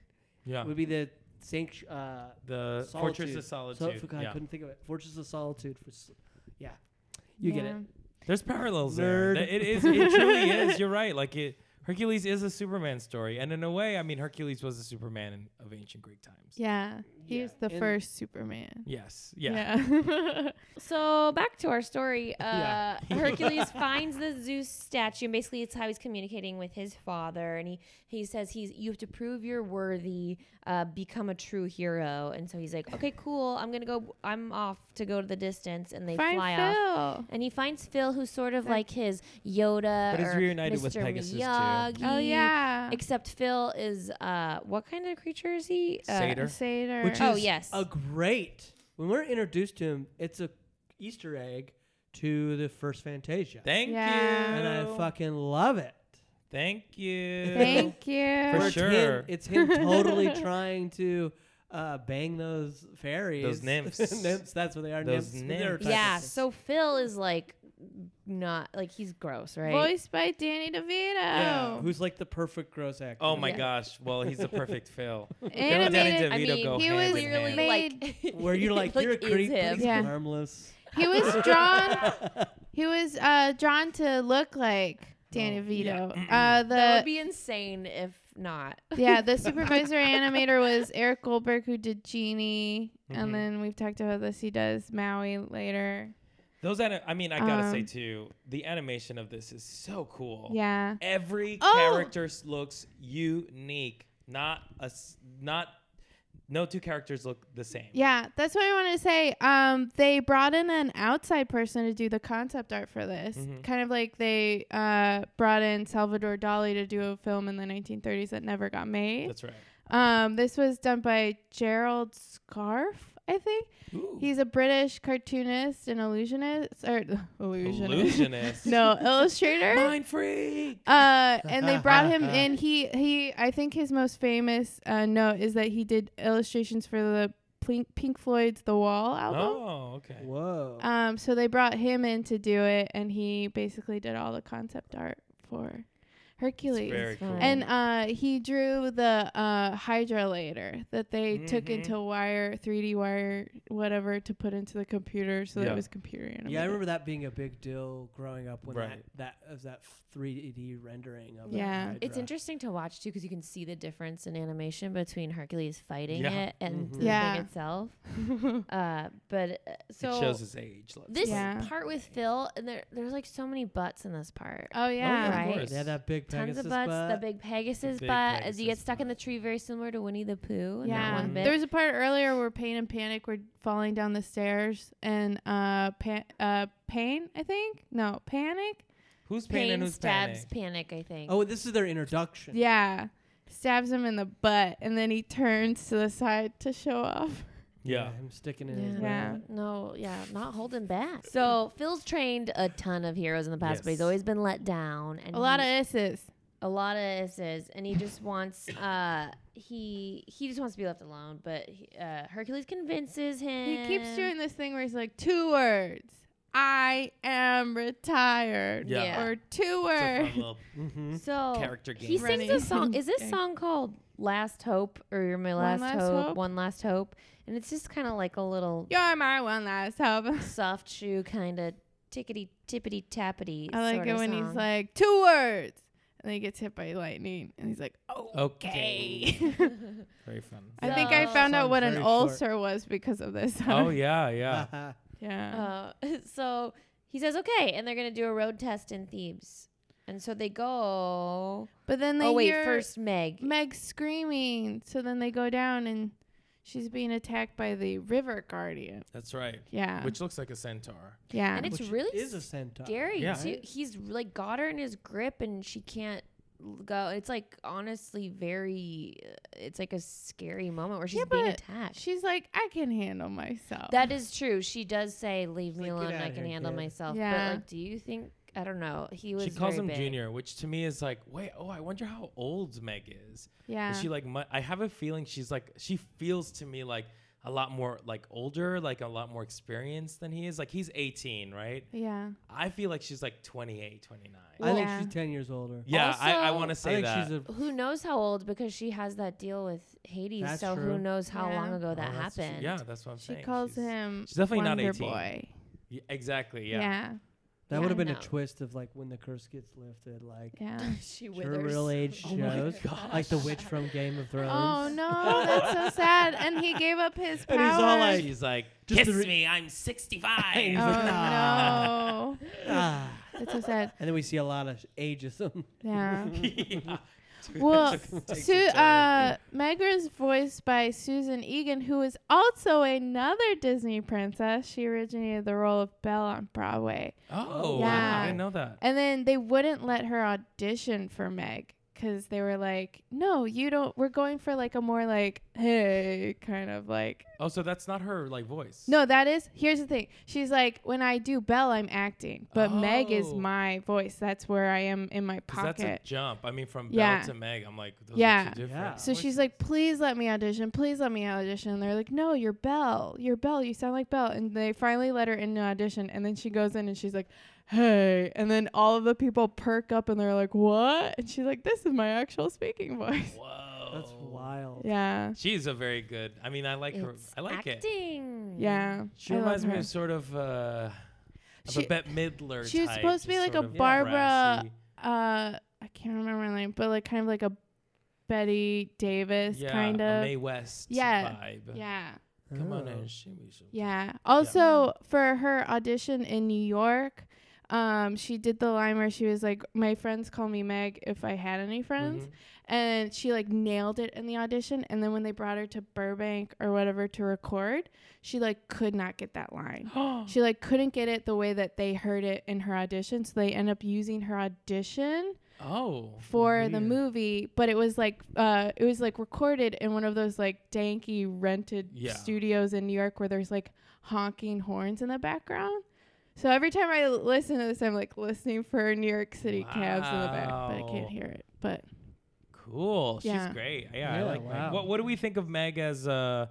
yeah.
would be the sanct uh,
The Fortress of
so,
Solitude.
fuck, I
yeah.
couldn't think of it. Fortress of Solitude for, s- yeah, you get it.
There's parallels there.
Nerd.
Th- It is. It truly is. You're right. Like it. Hercules is a Superman story, and in a way, I mean, Hercules was a Superman in, of ancient Greek times.
Yeah. He
Yeah.
was the
And-
first Superman.
Yes. Yeah.
[laughs]
Yeah. [laughs]
So back to our story. Uh,
Yeah.
Hercules [laughs] finds the Zeus statue. and Basically, it's how he's communicating with his father, and he he says he's you have to prove you're worthy, uh, become a true hero. And so he's like, okay, cool. I'm gonna go. I'm off to go to the distance, and they
Find
fly
Phil.
off. And he finds Phil, who's sort of
That-
like his Yoda,
But he's
or
reunited
Mr.
with Pegasus, too.
Miyagi,
Oh yeah.
Except Phil is uh, what kind of creature is he? Uh,
Satyr.
Satyr.
Which
Oh
is
yes.
a great when we're introduced to him. It's a Easter egg to the first Fantasia,
Thank
Yeah.
you.
and I fucking love it.
Thank you.
[laughs]
Thank you.
For
Where it's him-
sure.
It's him, totally trying to uh, bang those fairies.
nymphs.
[laughs] nymphs, that's what they are.
Those
nymphs. They're
nymphs.
type of
Yeah,
thing.
so Phil is like not like he's gross, right?
Voiced by Danny DeVito. Oh.
Yeah, who's like the perfect gross actor.
[laughs] Oh my
Yeah.
gosh. Well, he's the perfect fail.
Animated-
Danny
I
DeVito
mean,
go
he
hand
was
in hand.
Clearly, [laughs] like
Where you're like, you're a
is
creep,
him. [laughs]
please,
Yeah.
harmless.
He was drawn. he was uh, drawn to look like Danny
Oh,
DeVito. Uh,
that would
the
be [laughs] insane if not.
[laughs] yeah,
[laughs]
the supervisor animator was Eric Goldberg, who did Genie,
Mhm.
and then we've talked about this. He does Maui later.
Those ani- I mean, I gotta say
Um,
too, the animation of this is so cool.
Yeah,
Every
Oh!
character s- looks unique. Not a s- not no two characters look the same.
yeah, that's what I wanted to say. Um, they brought in an outside person to do the concept art for this,
Mhm.
kind of like they uh brought in Salvador Dali to do a film in the 1930s that never got made.
That's right.
Um, this was done by Gerald Scarf, I think. He's a British cartoonist and illusionist or [laughs] illusionist.
illusionist.
[laughs]
no, illustrator.
Mind freak.
Uh, and they
[laughs]
brought him in. He he. I think his most famous uh, note is that he did illustrations for the Plink- Pink Floyd's The Wall album.
Oh, okay.
Whoa.
Um, so they brought him in to do it, and he basically did all the concept art for Hercules.
Very
fine.
cool.
And uh, he drew the uh, Hydra later that they took
Mhm.
Mm-hmm.
into wire, 3D wire, whatever, to put into the computer so that
Yeah.
it was computer animated.
Yeah, I remember that being a big deal growing up when
Right.
that that of that 3D rendering of
Yeah.
That
It's
Hydra.
interesting to watch too because you can see the difference in animation between Hercules fighting
Yeah.
it and
Mhm.
the
Yeah.
thing [laughs] itself. Uh, but uh, so
it shows his age. Let's
this
say.
Yeah.
part with Phil and there, there's like so many butts in this part.
Oh, yeah.
yeah. right.
They had that big
Tons
Pegasus
of butts, the
butt.
big Pegasus
big
butt as
Pegasus
you get stuck in the
butt.
tree, very similar to Winnie the Pooh. in
Yeah.
that one bit.
There was a part earlier where Pain and Panic were falling down the stairs, and uh, pa- uh, Pain, I think? No, Panic?
Who's pain,
pain
and who's
stabs
panic?
panic. I think.
Oh, this is their introduction.
Yeah. Stabs him in the butt, and then he turns to the side to show off.
Yeah.
I'm sticking it in.
Yeah.
his
Yeah.
mouth.
No, yeah, not holding back. So Phil's trained a ton of heroes in the past, but he's
Yes.
always been let down.
[laughs]
And
A lot of
he-
S's.
a lot of S's, and he just wants
[coughs]
uh he he just wants to be left alone. But he, uh, Hercules convinces
He
him.
keeps doing this thing where he's like, two words. I am retired.
Yeah.
Yeah.
Or two
It's a
words.
fun
[laughs]
little
Mm-hmm.
so
character Hmm? game.
Oh, He sings
Running.
[laughs]
a song. Is this
Okay.
song called "Last Hope" or "You're My
One
Last,
Last
hope,
Hope?
One Last Hope, and it's just kind of like a little
You're my one last hope. [laughs]
soft shoe kind of tickety tippity tappity.
I like
sorta
it when
song.
he's like, two words. And then he gets hit by lightning. And he's like, okay.
Okay. Very fun.
[laughs] I think
Oh.
I found out
Sounds
what an
very short.
ulcer was because of this.
Oh
[laughs] song.
yeah, yeah.
[laughs]
yeah.
Uh-huh.
Uh, [laughs] so he says okay, and they're gonna do a road test in Thebes, and so they go.
but then they
oh wait,
hear
first Meg.
Meg screaming. So then they go down and she's being attacked by the river guardian.
That's right.
Yeah.
Which looks like a centaur.
yeah.
and it's
Which
really
is a centaur.
scary
Yeah.
too. He's like got her in his grip, and she can't l- go. It's like honestly very. uh, It's like a scary moment where she's being
but
attacked.
she's like, I can handle
Oh.
myself.
That is true. She does say, "Leave
She's
me
like, "Get
alone. I
outta
can
here,
handle
kid."
myself."
Yeah.
But like, do you think? I don't know. He was.
She calls
very
him
big.
Junior, which to me is like, wait, oh, I wonder how old Meg is.
yeah.
Is she like? Mu- I have a feeling she's like. She feels to me like a lot more like older, like a lot more experienced than he is. Like he's 18, right?
yeah.
I feel like she's like 28, 29.
I think
Yeah.
she's 10 years older.
yeah, I, I
Also-
want to
I
say
think
that.
she's a.
Who knows how old? Because she has that deal with Hades.
That's
so
true.
who knows how
Yeah.
long ago
Oh,
that
that's- she-
happened?
Yeah, that's what I'm
She
saying.
calls
She's-
him
she's definitely not
Wonder
18.
Boy.
yeah, exactly. Yeah.
Yeah.
That
Yeah,
would have been
no.
a twist of like when the curse gets lifted, like
Yeah.
[laughs] she
her real age
Oh my
shows, like the witch from Game of Thrones.
[laughs]
Oh no, that's so sad. And he gave up his power.
And he's all like-
She's like,
Just
kiss
the re-
me. I'm 65.
[laughs] He's
Oh
[laughs]
like,
[laughs]
"Nah."
no,
Ah.
that's so sad.
And then we see a lot of ageism.
Yeah.
yeah.
Well,
Takes
Su-
a turn.
uh, Meg is voiced by Susan Egan, who is also another Disney princess. She originated the role of Belle on Broadway.
oh,
Yeah.
I didn't know that.
And then they wouldn't let her audition for Meg because they were like, no, you don't. We're going for like a more like, hey, kind of like.
Oh, so that's not her like voice.
No, that is. Here's the thing. She's like, when I do Belle, I'm acting, but Meg is
Oh.
my voice. That's where I am in my
'Cause that's [laughs]
pocket.
a jump. I mean, from
Yeah.
Belle to Meg, I'm like, those
Yeah.
are two different.
Yeah.
So she's like, please let me audition. Please let me audition. And they're like, no, you're Belle. You're Belle. You sound like Belle. And they finally let her in to audition. And then she goes in and she's like, hey. And then all of the people perk up and they're like, what? And she's like, this is my actual speaking [laughs] voice.
Whoa.
That's wild.
Yeah.
She's a very good. I mean, I like her.
It's
I like it.
acting.
Yeah.
She
I love
reminds me
her.
of sort of uh, of
She-
a Bette Midler.
she was
type,
supposed to be
just
like
sort
a
of
Barbara-
brassy.
Uh, I can't remember her name, but like kind of like a Betty Davis
yeah,
kind
a
of.
Mae West
Yeah,
vibe.
yeah.
Come on
Oh.
in, shimmy, shimmy.
Yeah. Also, for her audition in New York, um, she did the line where she was like, "My friends call me Meg if I had any friends,"
Mhm.
and she like nailed it in the audition. And then when they brought her to Burbank or whatever to record, she like could not get
[gasps]
that line. she like couldn't get it the way that they heard it in her audition, so they end up using her audition
[gasps] Oh.
for the
Weird.
movie, but it was like uh, it was like recorded in one of those like danky rented
Yeah.
studios in New York where there's like honking horns in the background. So every time I l- listen to this, I'm like listening for New York City cabs in the back, but I
Wow.
can't hear it. But
Cool.
Yeah.
She's great. Yeah, I
Yeah,
like Meg.
wow.
What What do we think of Meg as uh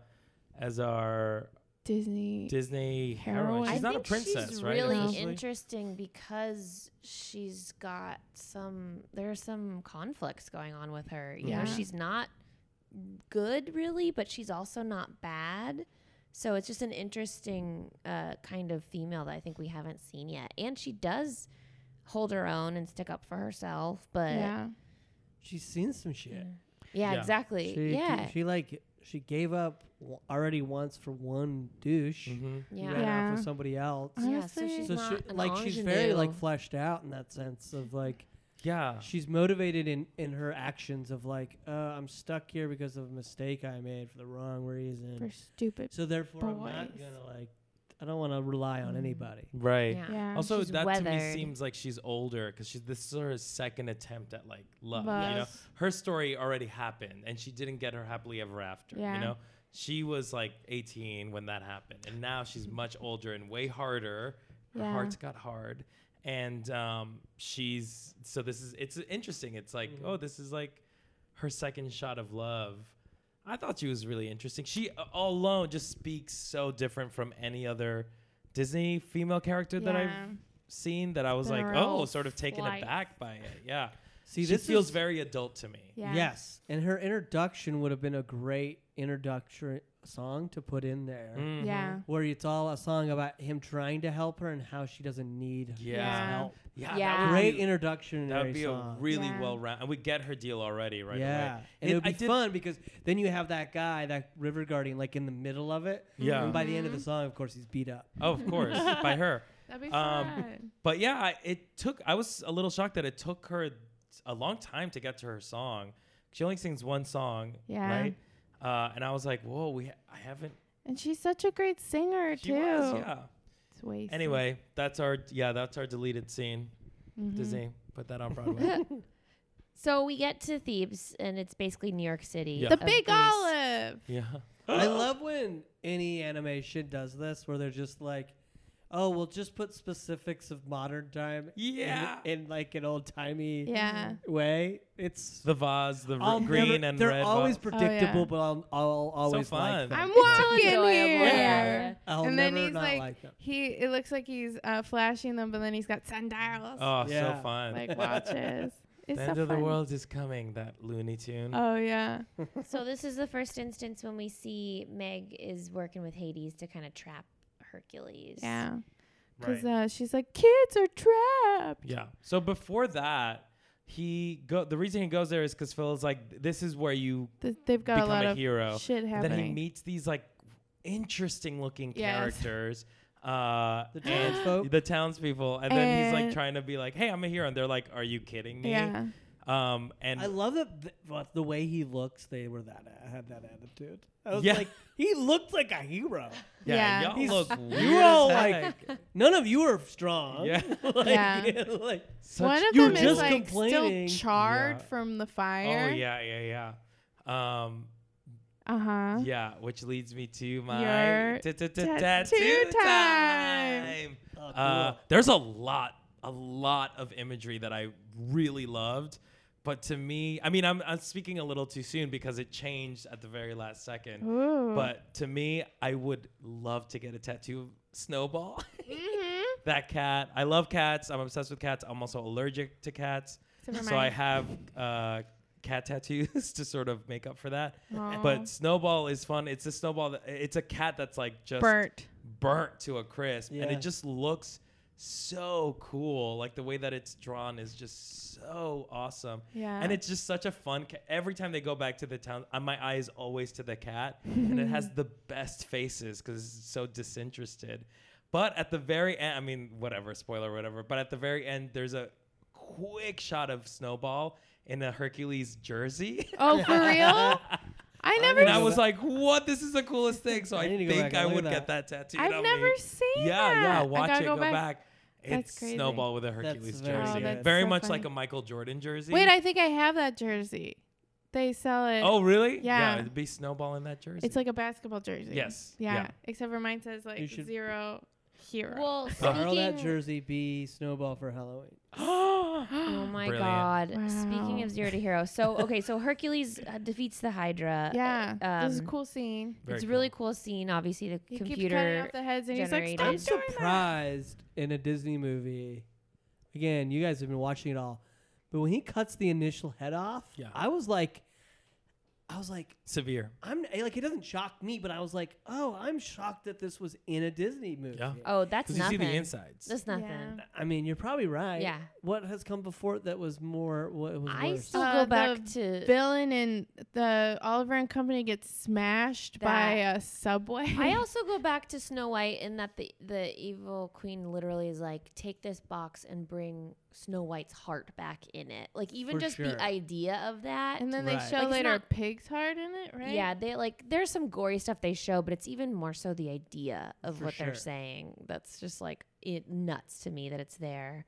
as our
Disney,
Disney heroine?
Heroine.
She's
I
not
think
a princess,
she's
right?
really
essentially?
interesting because she's got some. There are some conflicts going on with her. You
Yeah.
know, she's not good really, but she's also not bad. So it's just an interesting uh, kind of female that I think we haven't seen yet. And she does hold her own and stick up for herself. But yeah,
yeah,
She's seen some shit.
Yeah.
exactly.
She,
yeah,
She like she gave up w- already once for one douche.
Mhm.
yeah. yeah.
Ran off
Yeah.
with somebody else.
so
Honestly-
she's
So
not
she,
an
like she's very
ingenue.
like fleshed out in that sense of like
Yeah.
she's motivated in in her actions of like uh, I'm stuck here because of a mistake I made for the wrong
for
reason.
stupid.
So therefore I'm not
boys.
gonna like I don't want to rely on
Mm.
anybody.
Right.
yeah.
Yeah.
Also,
She's
that to me
weathered.
seems like she's older because she's this is her second attempt at like love. You know,
Love.
her story already happened, and she didn't get her happily ever after.
Yeah.
You know, she was like 18 when that happened, and now she's much older and way harder. Her
Yeah.
heart's got hard, and um, she's so this is it's interesting. It's like
Mhm.
oh, this is like her second shot of love. I thought she was really interesting. She uh, all alone just speaks so different from any other Disney female character that I've scene that I was
been
like,
a real
oh, sort of taken
flight.
aback by it. Yeah.
See
she
this
feels
is-
very adult to me.
yeah.
Yes, and her introduction would have been a great introductory song to put in there,
Mhm.
Yeah.
where it's all a song about him trying to help her and how she doesn't need his
Yeah.
help.
Yeah.
Yeah.
That would
Great
be,
introduction.
that would be a
song.
really
Yeah.
well round. And we get her deal already right
yeah,
away.
and
It-
it would
I
be
did-
fun because then you have that guy, that river guardian, like in the middle of it.
Yeah. Mm-hmm.
And Mm-hmm. by the end of the song, of course, he's beat up.
Oh, of
[laughs]
course. by her.
That'd be
Um,
fun.
But yeah, I, it took, I was a little shocked that it took her a long time to get to her song. She only sings one song,
Yeah.
right? Uh, and I was like, whoa, we ha- I haven't.
And she's such a great singer
She
too.
was, yeah.
It's wasted.
Anyway, that's our, yeah, that's our deleted scene.
Mhm.
Disney, put that on Broadway.
[laughs]
So we get to Thebes, and it's basically New York City.
Yeah.
The
of
Big
Greece.
Olive.
yeah. [gasps]
I love when any animation does this, where they're just like, "Oh, we'll just put specifics of modern time." in-
[laughs] Yeah.
In, like an old timey
Yeah.
way. It's
The vase, the
I'll
r- green
never-
and
they're
red.
always
vase.
predictable,
Oh, yeah.
but I'll, I'll always
fun.
like them.
I'm
It's
walking
enjoyable.
here.
Yeah. I'll
And then
never
he's
not
like-
like, them.
He it looks like he's uh, flashing them, but then he's got sundials
Oh,
Yeah.
so fun.
[laughs] like watches. It's
the
so
end of the
fun.
world is coming. That Looney Tune.
Oh yeah,
So this is the first instance when we see Meg is working with Hades to kind of trap Hercules.
yeah. Because uh, she's like, kids are trapped.
yeah. So before that, he go. The reason he goes there is because Phil is like, this is where you
Th- they've got
become
a lot
a
of
hero.
shit happening.
then he meets these like interesting looking
Yes.
characters. Uh,
The
and-
townsfolk.
The townspeople, and then he's
And-
like trying to be like, "Hey, I'm a hero," and they're like, "Are you kidding me?"
yeah,
Um, and
I love that th- what- the way he looks. They were that had that attitude. I was
Yeah.
like, he looked like a hero.
Yeah.
yeah, y'all
[laughs]
He's-
look
you
weird.
all,
as
like,
heck.
None of you are strong.
Yeah.
[laughs] like,
Yeah.
like,
Such-
one of
you were
them is
just
like still
complaining.
charred
Yeah.
from the fire.
Oh yeah, yeah, yeah. Um,
Uh huh.
yeah, which leads me to my
Your
ta- ta- ta-
tattoo
tattoo
time.
time.
oh,
Uh,
cool.
there's a lot, a lot of imagery that I really loved, but to me, I mean, I'm, I'm speaking a little too soon because it changed at the very last second.
Ooh.
But to me, I would love to get a tattoo of Snowball. [laughs]
Mhm.
that cat. I love cats. I'm obsessed with cats. I'm also allergic to cats.
Except for
So I
mine.
have uh, cat tattoos [laughs] to sort of make up for that. [laughs]
Aw.
But Snowball is fun. It's a snowball. That, it's a cat that's like just
burnt.
burnt to a crisp, and
Yeah.
it just looks so cool. Like the way that it's drawn is just so awesome.
Yeah.
And it's just such a fun. Ca- Every time they go back to the town, uh, my eye is always to the cat, and it
[laughs]
has the best faces because it's so disinterested. But at the very end, I mean, whatever, spoiler, whatever. But at the very end, there's a quick shot of Snowball in a Hercules jersey. [laughs]
oh, for real? I never.
And I
go
was
back-
like, "What? This is the coolest thing!" So
I
I,
need to go back
think
and
I
look
would
at
get that tattooed.
I've
on
never
me yeah,
seen that.
yeah.
I
Watch
gotta
it.
go
Go,
back.
back.
That's
it's
crazy.
Snowball with a Hercules
That's very
jersey.
good. Oh, that's
very
so
much
funny.
like a Michael Jordan jersey.
Wait, I think I have that jersey. They sell it.
oh, really?
Yeah.
it'd be Snowball in that jersey.
it's like a basketball jersey.
Yes,
Yeah.
yeah.
Except for mine says like
You should-
zero hero.
Well,
Carl, that
speaking.
jersey be snowball for Halloween.
[gasps]
[gasps]
Oh my
Brilliant.
god! Speaking
Wow.
of zero to hero, so okay, so Hercules uh, defeats the Hydra.
[gasps] yeah. this is a
um,
cool scene.
Very
it's a really cool scene. Obviously, the
He keeps cutting
computer.
off the heads, and he's like, "Stop
generated. I'm
doing
I'm
that."
surprised in a Disney movie. Again, you guys have been watching it all, but when he cuts the initial head off,
Yeah.
I was like, I was like,
severe.
I'm eh, like, it doesn't shock me, but I was like, oh, I'm shocked that this was in a Disney movie.
Yeah.
Oh, that's
Because you see
nothing.
the insides.
That's nothing.
Yeah.
I mean, you're probably right.
Yeah.
What has come before it that was more? What was
I
worse?
still
Uh,
go
the
back to.
Villain and the Oliver and Company gets smashed by a subway.
I also go back to Snow White in that the the evil queen literally is like, take this box and bring Snow White's heart back in it. Like even
For
just
sure.
the idea of
[laughs]
that.
and then
Right.
they show
Like, it's
later
not-
a pig's heart in it, right?
Yeah, they like there's some gory stuff they show, but it's even more so the idea of
For
what
sure.
they're saying that's just like it nuts to me that it's there.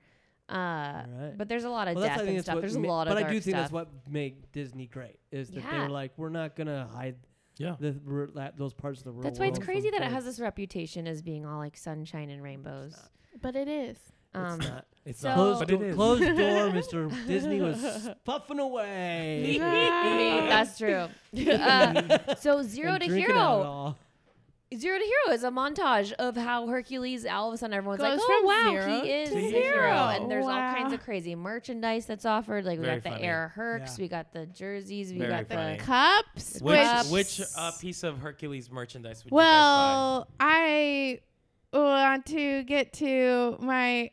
Uh,
Right.
But there's a lot of
that's-
death and stuff.
what
There's a
ma-
lot
but
of
I do
dark
think that's
stuff.
what made Disney great is that they
Yeah.
were like, we're not gonna hide
Yeah.
the r- that, those parts of the real
That's why it's
world
crazy
from
that it
kids.
has this reputation as being all like sunshine and rainbows.
But it is.
Um,
it's not.
It's
So-
not,
Closed,
but
door,
it is. [laughs]
closed door, Mr. Disney was
[laughs]
[laughs]
puffing [laughs] away.
[laughs]
Uh, that's true. [laughs] Uh, so zero
and
to
drinking out
hero,
[laughs] all.
zero to hero is a montage of how Hercules. All of a sudden, everyone's like,
Goes
"Oh
from
wow,
zero
he is
to
a hero.
hero.
And there's all kinds
Wow.
of crazy merchandise that's offered. Like we
Very
got the
funny.
Air Hercs,
Yeah.
we got the jerseys, we
Very
got
funny.
the
Cups,
Which
Cups.
which uh, piece of Hercules merchandise would
Well, I want to get to my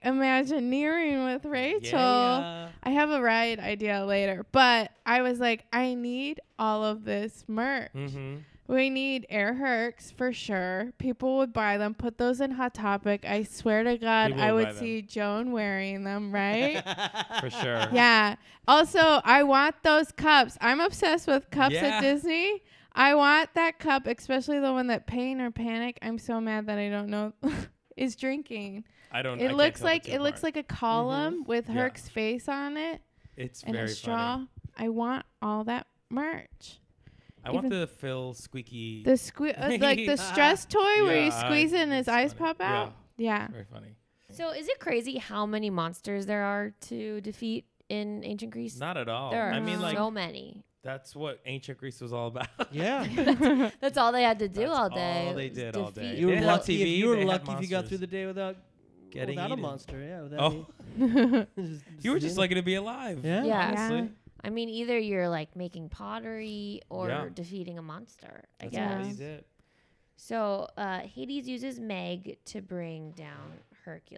Imagineering with
you
Rachel.
guys buy? Yeah.
I have a ride idea later, but I was like, I need all of this merch.
Mm-hmm.
We need air hercs for sure. People would buy them. Put those in Hot Topic. I swear to God,
People
I
would
would
buy them.
see Joan wearing them, right?
For sure.
[laughs] yeah. Also, I want those cups. I'm obsessed with cups
Yeah.
at Disney. I want that cup, especially the one that Pain or Panic. I'm so mad that I don't know [laughs] is drinking.
I don't. I
It
can't
looks
tell the
like
two
it looks
apart.
like a column with
Yeah.
Herc's face on it
it's
and
very
a straw.
Funny.
I want all that merch.
I want
Even-
the Phil squeaky.
The sque-
[laughs]
uh, like the stress toy where you
Yeah, I-
squeeze it and his
it's
eyes
funny.
pop out. Yeah.
very funny.
So is it crazy how many monsters there are to defeat in ancient Greece?
Not at all.
there are
I mean, like
so many.
that's what ancient Greece was all about.
Yeah.
[laughs]
That's all they had to do
That's
all day.
all they
was
did all day.
defeat
You
They
were
had
lucky. If
TV,
you were
they had
lucky if you got
monsters.
through the day without
Getting
without
eaten.
a monster. Yeah. Without
Oh.
me. [laughs] Just-
you were just
just eating.
lucky to be alive.
Yeah.
Yeah.
honestly.
Yeah.
I mean, either you're like making pottery or
Yeah.
defeating a monster, I
That's all
guess.
he did.
So uh, Hades uses Meg to bring down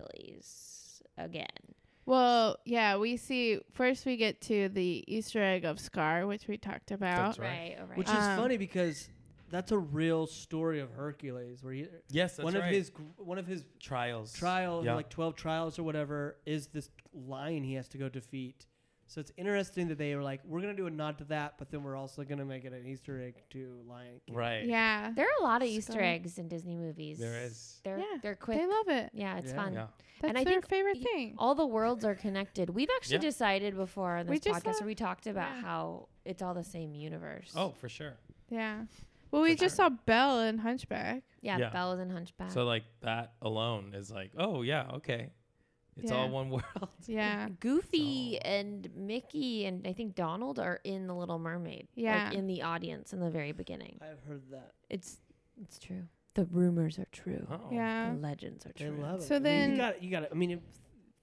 Hercules again.
[laughs] Well, yeah, we see first we get to the Easter egg of Scar, which we talked about.
That's right.
Right, right.
Which is
Um,
funny because that's a real story of Hercules, where he,
Yes, that's
one of
right.
his gr- one of his
trials.
trial,
Yeah.
like twelve trials or whatever, is this lion he has to go defeat. So it's interesting that they were like, we're gonna do a nod to that, but then we're also gonna make it an Easter egg to Lion King.
Right.
Yeah.
there are a lot of Easter
Scar.
eggs in Disney movies.
There is.
They're,
Yeah,
they're quick.
They love it.
yeah, it's
Yeah.
fun.
Yeah.
That's
And I
their
think
favorite
y-
thing.
all the worlds are connected. We've actually
Yeah.
decided before on
We
this
just
podcast,
saw-
or we talked about
yeah.
how it's all the same universe.
Oh, for sure.
yeah. Well, we
For
just saw Belle in Hunchback.
yeah,
yeah.
Belle is in Hunchback.
So like that alone is like, oh yeah, okay. It's all
Yeah.
one [laughs] world.
Yeah.
Goofy
So-
and Mickey and I think Donald are in The Little Mermaid.
Yeah.
like in the audience in the very beginning.
I've heard that.
It's it's true. The rumors are true.
Oh.
Yeah.
The legends are
They
true.
love it.
So
I mean,
then-
you got you got to I mean, if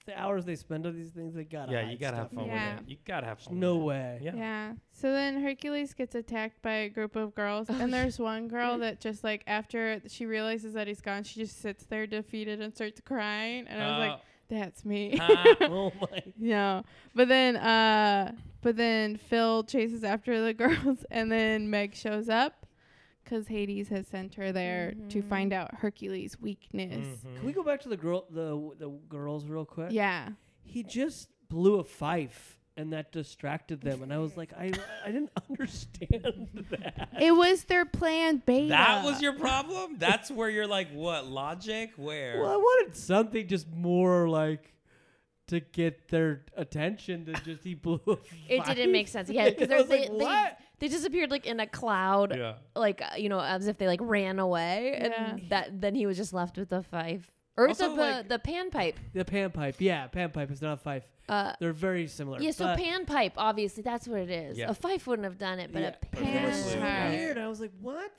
the hours they spend on these things, they got.
Yeah, you gotta have fun
Yeah.
with it. You gotta have fun.
No
with
way.
It. Yeah.
Yeah. So then Hercules gets attacked by a group of girls, and there's one girl that just like after she realizes that he's gone, she just sits there defeated and starts crying. And I was like, "That's
like,
me." [laughs]
oh my.
no. But then, uh, but then Phil chases after the [laughs] girls, and then Meg shows up because Hades has sent her there to
Mhm.
find out Hercules' weakness.
Mm-hmm.
Can we go back to the girl, the the girls, real quick?
Yeah.
He just blew a fife, and that distracted them. And I was like, I I didn't [laughs] understand that.
It was their plan
[laughs]
beta.
that was your problem? That's where you're like, what? Logic? Where?
Well, I wanted something just more like to get their attention than just he blew a
It
fife.
didn't make sense. [laughs] Yeah, because
[laughs] I was
they,
like,
they,
what?
they disappeared like in a cloud,
Yeah.
like uh, you know, as if they like ran away,
Yeah.
and that then he was just left with the fife or
Also,
the, the
like-
the pan pipe.
The panpipe, yeah, panpipe is not a fife.
Uh,
They're very similar.
yeah, so
but-
pan pipe, obviously, that's what it is.
Yeah.
A fife wouldn't have done it, but
Yeah,
a
but
It
pan
was so
Yeah.
pipe.
weird. I was like, what?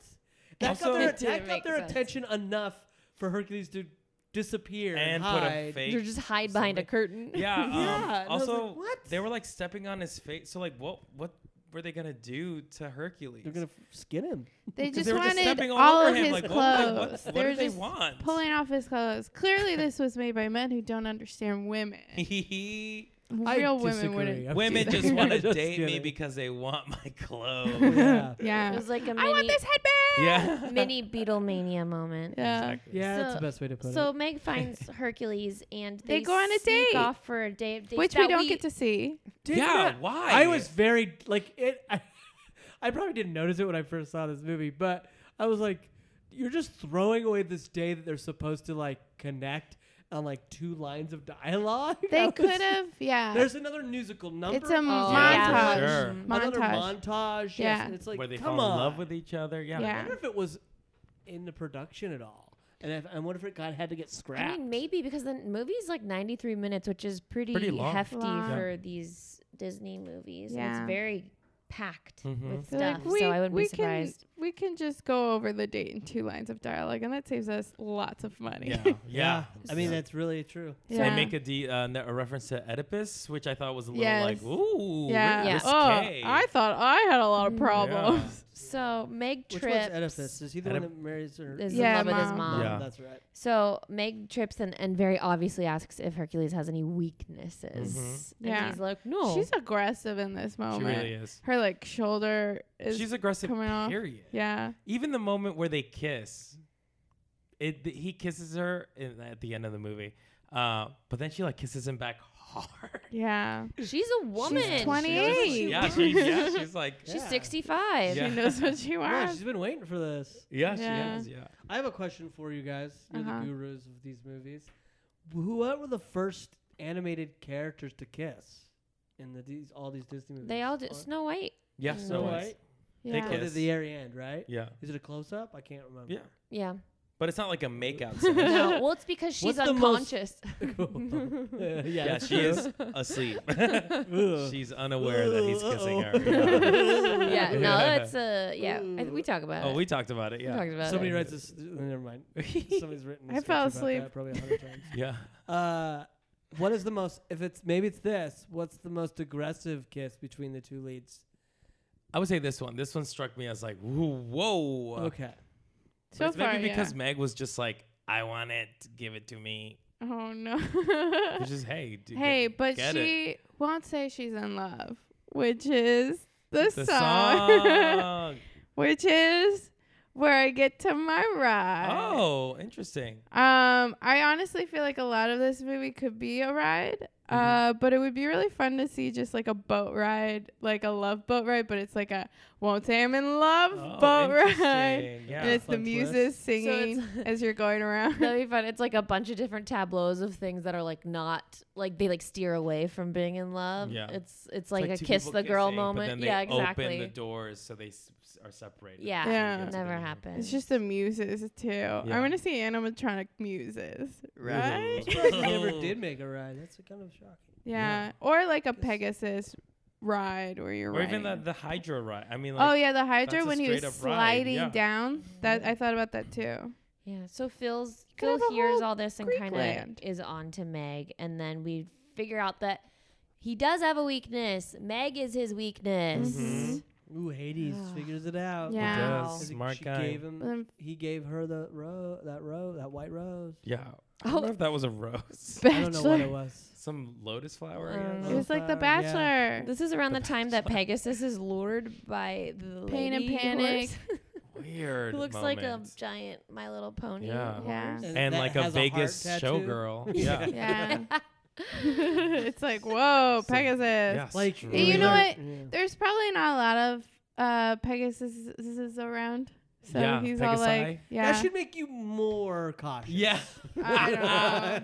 That
Also-
got their,
It didn't
that got
make
their
sense.
attention enough for Hercules to disappear
And
and,
put a
hide.
Or
uh, fake.
just hide behind a
Something.
curtain.
Yeah.
[laughs]
um,
Yeah, and I was like,
also,
what?
they were like stepping on his face. So like, what? What were they gonna do to Hercules?
They're gonna f- skin him.
They
'Cause
just
they were just
wanted
stepping all,
all
over
of
him.
his
like, What, like,
clothes.
what,
they
what
were
do they
just
want? [laughs]
pulling [laughs] off his clothes. Clearly, this was made by men who don't understand women. Real
I
women
disagree.
wouldn't.
I'm [laughs]
Women
kidding.
just want to
Just
date me
kidding.
because they want
[laughs]
my clothes.
yeah.
Yeah.
It was like a
I want
mini,
this headband.
[laughs] yeah. [laughs]
mini Beatlemania moment.
Yeah.
Exactly.
Yeah, that's
So-
the best way to put
So Meg finds Hercules and
They
they,
go on a
sneak
date.
off for a day of dates
Which we
that
don't get to
[laughs]
see.
it.
Yeah,
Didn't-
why?
I was very like it. [laughs] I, I probably didn't notice it when I first saw this movie, but I was like, "You're just throwing away this day that they're supposed to like connect on like two lines of dialogue." [laughs] I
They
was-
could have. Yeah.
There's another musical number.
it's a
Oh,
montage.
yeah, sure.
Another
Montage.
montage. Yes.
Yeah.
and it's like,
where they
come
fall
on.
in love with each other. Yeah.
Yeah.
I wonder if it was in the production at all, and if, I wonder if it got had to get
I
scrapped.
mean, maybe because the movie's like 93 minutes, which is pretty,
Pretty long.
hefty
Long.
for these Disney movies. and
Yeah.
it's very packed
Mhm.
with
They're like,
stuff, so I wouldn't
we
be surprised.
Can, we can just go over the date in two lines of dialogue, and that saves us lots of
[laughs]
money. [laughs]
Yeah. yeah.
I mean,
Yeah.
that's really true.
They
Yeah.
make a, de- uh, ne- a reference to Oedipus, which I thought was a little
Yes.
like, ooh,
Yeah.
Yeah. Mm.
Oh, I thought I had a lot of problems.
So Meg
Which
trips.
one's Oedipus? Is he the
Oedip-
one that marries her?
Is
Yeah,
in love with
mom.
his mom.
Yeah.
That's right.
So Meg trips and, and very obviously asks if Hercules has any weaknesses.
Mm-hmm.
And
Yeah.
he's like, no.
She's aggressive in this
She
moment.
really is.
Her like shoulder is.
She's aggressive.
coming off.
Period.
[laughs] yeah.
Even the moment where they kiss, it th- he kisses her in, at the end of the movie, uh, but then she like kisses him back hard.
Yeah.
she's a [laughs] woman.
She knows what she
28.
yeah,
wants.
she,
[laughs]
yeah, she's like,
She's
Yeah.
65.
[laughs] Yeah.
She knows what she
Yeah,
wants.
she's been waiting for this.
yeah, she
Yeah.
is. Yeah.
I have a question for you guys. You're
Uh-huh.
the gurus of these movies. Who what were the first animated characters to kiss in the these all these Disney movies?
They all do.
Or-
Snow White.
Yeah.
Mm.
So
Snow
Snow
it's-
White.
They
yeah.
They did
kiss.
the very end, right?
Yeah.
Is it a close up? I can't remember.
Yeah.
Yeah.
But it's not like a makeout scene.
No. Well, it's because she's
What's the most-
unconscious.
yeah,
yeah,
that's
she
true. [laughs]
is [laughs] asleep.
Ugh.
She's unaware that he's kissing her.
Uh-oh.
[laughs]
yeah, no,
Yeah.
it's a [laughs] yeah. I th- we talk about
Oh,
it.
we talked about it.
We
Yeah.
talked about
Somebody
it.
writes this. oh,
[laughs]
Never mind. Somebody's written. a
I
sketch
fell
about that
asleep.
probably a
[laughs]
hundred times.
yeah.
Uh, what is the most? If it's maybe it's this. What's the most aggressive kiss between the two leads?
I would say this one. This one struck me as like, whoa, whoa.
Okay.
But
So
it's
far,
maybe because
yeah.
Meg was just like, I want it, give it to me.
Oh
[laughs]
no. [laughs]
Which is, hey, dude,
Uh, hey,
get-
but
get it."
she won't say she's in love, which is the,
the
song,
song.
[laughs] which is where I get to my ride.
oh, interesting.
Um, I honestly feel like a lot of this movie could be a ride.
Mm-hmm.
Uh, but it would be really fun to see just like a boat ride, like a love boat ride, but it's like a won't say I'm in love
Oh,
boat ride.
interesting. Yeah.
[laughs] And it's the
Fun twist.
muses
[laughs]
singing
it's-
as you're going around.
[laughs] That'd be fun. It's like a bunch of different tableaus of things that are like not like they like steer away from being in love.
Yeah.
It's it's like,
It's
a
two
kiss
people
the girl
kissing, but
moment.
then they
yeah,
Open the
exactly.
doors so they s- s- are separated.
Yeah.
so you
Yeah.
get to the
Never
meeting.
[laughs]
happened.
It's just the muses too. I want to see animatronic muses, right?
[laughs]
I'm surprised they never did make a ride. That's kind of shocking.
yeah.
Yeah.
or like a
Yes.
Pegasus ride where you're
Or even the,
riding.
the Hydra ride. I mean,
oh
like,
yeah, the Hydra
that's a
when he was
straight-up ride,
sliding
yeah.
down. That I thought about
[laughs]
that too.
Yeah. So Phil's
Could have
Phil
a
hears
whole
all this and
Greek
kind
land.
of is on to Meg, and then we figure out that he does have a weakness. Meg is his weakness.
Mhm.
[sighs]
Ooh, Hades
Ah.
figures it out.
Yeah. He does.
Because he-
Smart
she
guy.
Gave him,
But then
he gave her the rose, that rose, that white rose.
yeah. I
Oh.
don't know if that was a rose. [laughs]
I don't know what it
Bachelor.
was.
Some lotus flower.
Um,
I guess.
It was like the
Bachelor, yeah.
Bachelor.
This is around the,
The
time that Pegasus is lured by the
Pain and
lady who
Panic.
works-
Weird.
who looks like a
moment.
giant My Little Pony.
Yeah.
Yeah.
and,
that
like a
has heart
Vegas
tattoo.
showgirl. [laughs] Yeah. yeah.
Yeah. [laughs] it's like whoa, Pegasus.
Like
straight
you know
up.
what?
Yeah.
There's probably not a lot of uh Pegasus around. So
Yeah,
he's all like,
Pegasi.
yeah.
That should make you more cautious.
Yeah.
I don't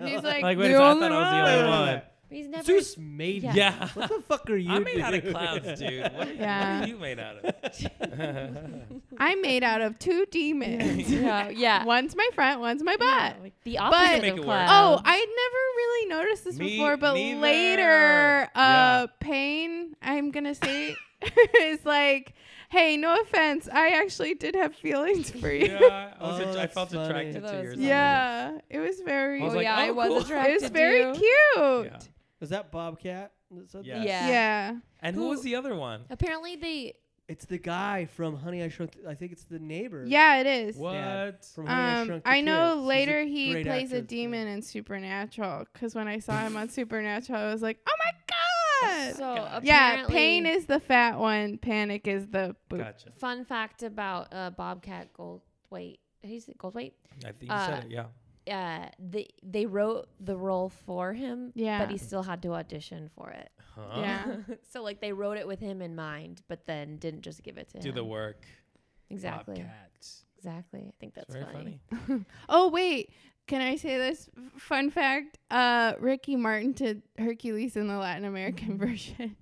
[laughs]
know. He's like,
Like, wait,
the
a second,
only
I thought I
one.
was the only one.
He's never.
Zeus made
Yeah.
[laughs]
you.
Yeah.
What the fuck are you?
I'm made out of
doing?
clouds, dude. What, what
Yeah.
are you made out of?
I'm made out of two
[laughs]
demons.
[laughs]
[laughs]
yeah. Yeah.
One's my front, one's my butt.
Yeah, like the opposite
Make
of
it work.
Oh,
clouds.
I had never really noticed this
Um, Me
before, but
neither.
later, uh,
Yeah.
pain. I'm gonna say [laughs] is like, hey, no offense, I actually did have
[laughs]
feelings for you. Yeah,
yeah. I, was
Oh,
att- I
that's
felt
funny.
attracted
That
to
was
yours.
funny.
[laughs] it was very,
I was
oh
like,
yeah, I
oh,
was
cool.
attracted
it was
to
very
you.
cute.
Yeah.
Is that Bobcat? that said
Yeah.
that?
Yeah.
Yeah.
And who
Who-
was the other one?
Apparently they
It's the guy from Honey I Shrunk. I think it's the neighbor.
Yeah, it is.
What?
From Honey, I,
Um,
Shrunk the
I know
Kids. She's a
later he
great
plays a
actress, too.
demon in Supernatural because when I saw him on Supernatural, I was like, oh my god.
so
Oh,
apparently
yeah, pain is the fat one, panic is the boop.
Gotcha.
Fun fact about uh, Bobcat Goldthwait. He's Goldthwait.
I think you
Uh,
said it. Yeah.
Uh, they they wrote the role for him,
Yeah.
but he still had to audition for it.
Huh?
Yeah.
so like they wrote it with him in mind, but then didn't just give it to
Do
him.
the work.
Exactly.
Bobcat. It's
Exactly. I think that's
very
funny.
funny.
Oh wait, can I say this F- fun fact? Uh, Ricky Martin did Hercules in the Latin American [laughs] version.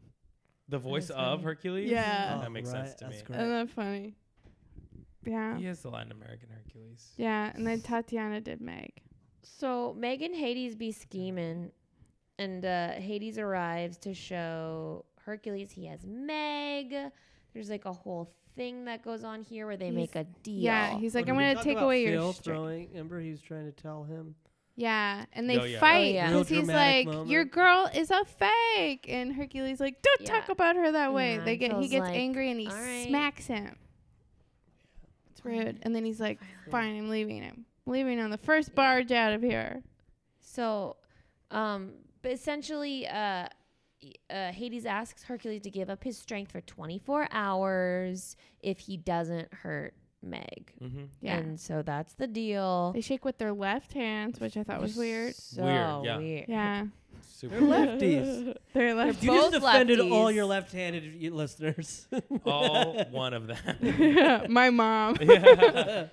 The voice
That's
of
funny.
Hercules.
Yeah.
that
Oh,
makes
right,
sense to
that's
me.
great.
Isn't that funny? Yeah,
He is the Latin American Hercules.
yeah. And then Tatiana did Meg.
So Meg and Hades be scheming, and uh, Hades arrives to show Hercules he has Meg. There's like a whole thing that goes on here where they
He's-
make a deal.
Yeah, he's like, I'm gonna take away your.
Phil
stri-
throwing. Remember, he was trying to tell
[laughs]
him.
Yeah, and
Oh,
they
yeah.
fight 'cause fight
Oh, yeah.
because
Real
he's like,
dramatic
"Your
moment.
girl is a fake," and Hercules like, "Don't
Yeah.
talk about her that way."
Yeah,
they
and
get he
Phil's
gets
like,
angry and he
"All right."
smacks him. It's rude. And then he's like, "Fine, I'm leaving him. I'm leaving on the first
Yeah.
barge out of here."
So, um, but essentially, uh, y- uh, Hades asks Hercules to give up his strength for 24 hours if he doesn't hurt Meg.
Mm-hmm.
Yeah.
And so that's the deal.
They shake with their left hands, which I thought was weird.
So
Weird, yeah.
weird.
Yeah.
Super.
They're lefties.
[laughs] Their left
you
both
just defended all
lefties.
your left-handed y-
[laughs]
listeners.
All one of them.
[laughs]
My mom.
Yeah.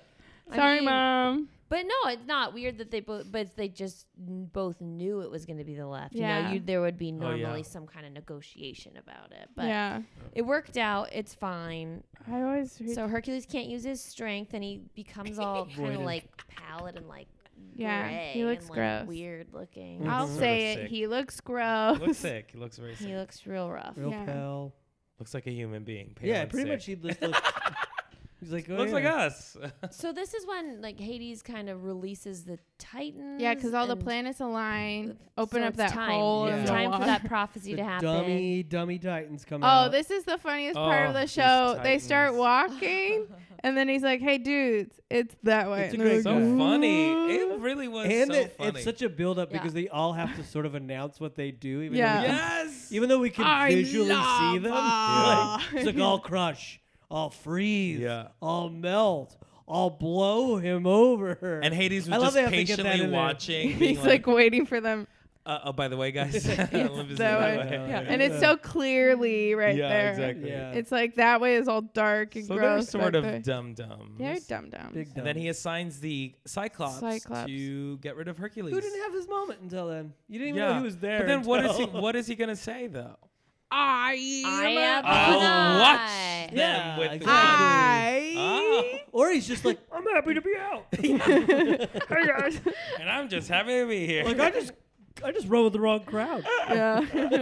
I
Sorry,
mean,
mom.
But no, it's not weird that they both, but they just n- both knew it was going to be the left. You
Yeah.
know, you, there would be
Oh, yeah.
normally some kind of negotiation about it. But
Yeah.
it worked out. It's fine.
I always read.
[laughs] So Hercules can't use his strength, and he becomes
[laughs]
all kind of
Voided.
like pallid and like
Yeah,
gray
he looks
and, like,
gross.
weird looking.
I'll
Mhm.
say
Sorta
it.
sick.
He looks gross.
looks sick. He looks very
He
sick.
looks real rough.
Real
Yeah.
pal.
Looks like a human being. pale
Yeah,
and
pretty
sick.
much he
[laughs]
just looked. He's like, oh,
looks
yeah.
like us.
So this is when like Hades kind of releases the Titans.
[laughs] Yeah, because all the
and
planets align. Open
so
up
it's
that
time.
hole.
Yeah.
in
It's
the
time for
wall.
that prophecy
The
to happen.
dummy, dummy Titans come out.
Oh, this is the funniest part
Oh,
of the
these
show. They start
titans.
walking, and then he's like, "Hey, dudes, it's that way."
It's
And
a
they're
great
like,
so
guy.
funny.
"Ooh."
It
[laughs]
really was
and
so
it-
funny.
it's such a build-up
Yeah.
because they all have to sort of announce what they do. Even
Yeah.
Though we can, [laughs]
yes.
Even though we can
I'm
visually see them,
lava.
[laughs] like, it's like I'll crush, I'll freeze,
Yeah.
I'll melt, I'll blow him over.
and Hades
I
was just
love they have to get that
patiently
in there. [laughs]
watching. being
He's like waiting for them,
uh, oh, by the way,
[laughs]
guys, [laughs] Olympus is
that
that
way.
way.
Yeah.
and it's so clearly right
yeah,
there.
exactly.
[laughs] Yeah.
It's like that way is all dark and
So they're
gross.
sort
back
of
there.
dumb dumb.
They're dumb dumb.
Big
And then
dumb.
he assigns the Cyclops,
Cyclops.
to get rid of Hercules.
who didn't have his moment until then. You didn't even know
Yeah.
he was there.
but then what is he?
until-
What is he gonna say though?
I
I
am.
am
I'll
Adonai.
watch them
Yeah,
with the
exactly.
Ah.
one.
I.
Or he's just like, I'm happy to be out.
[laughs]
and [laughs] I'm just happy to be here.
like I just, I just rode with the wrong crowd.
yeah.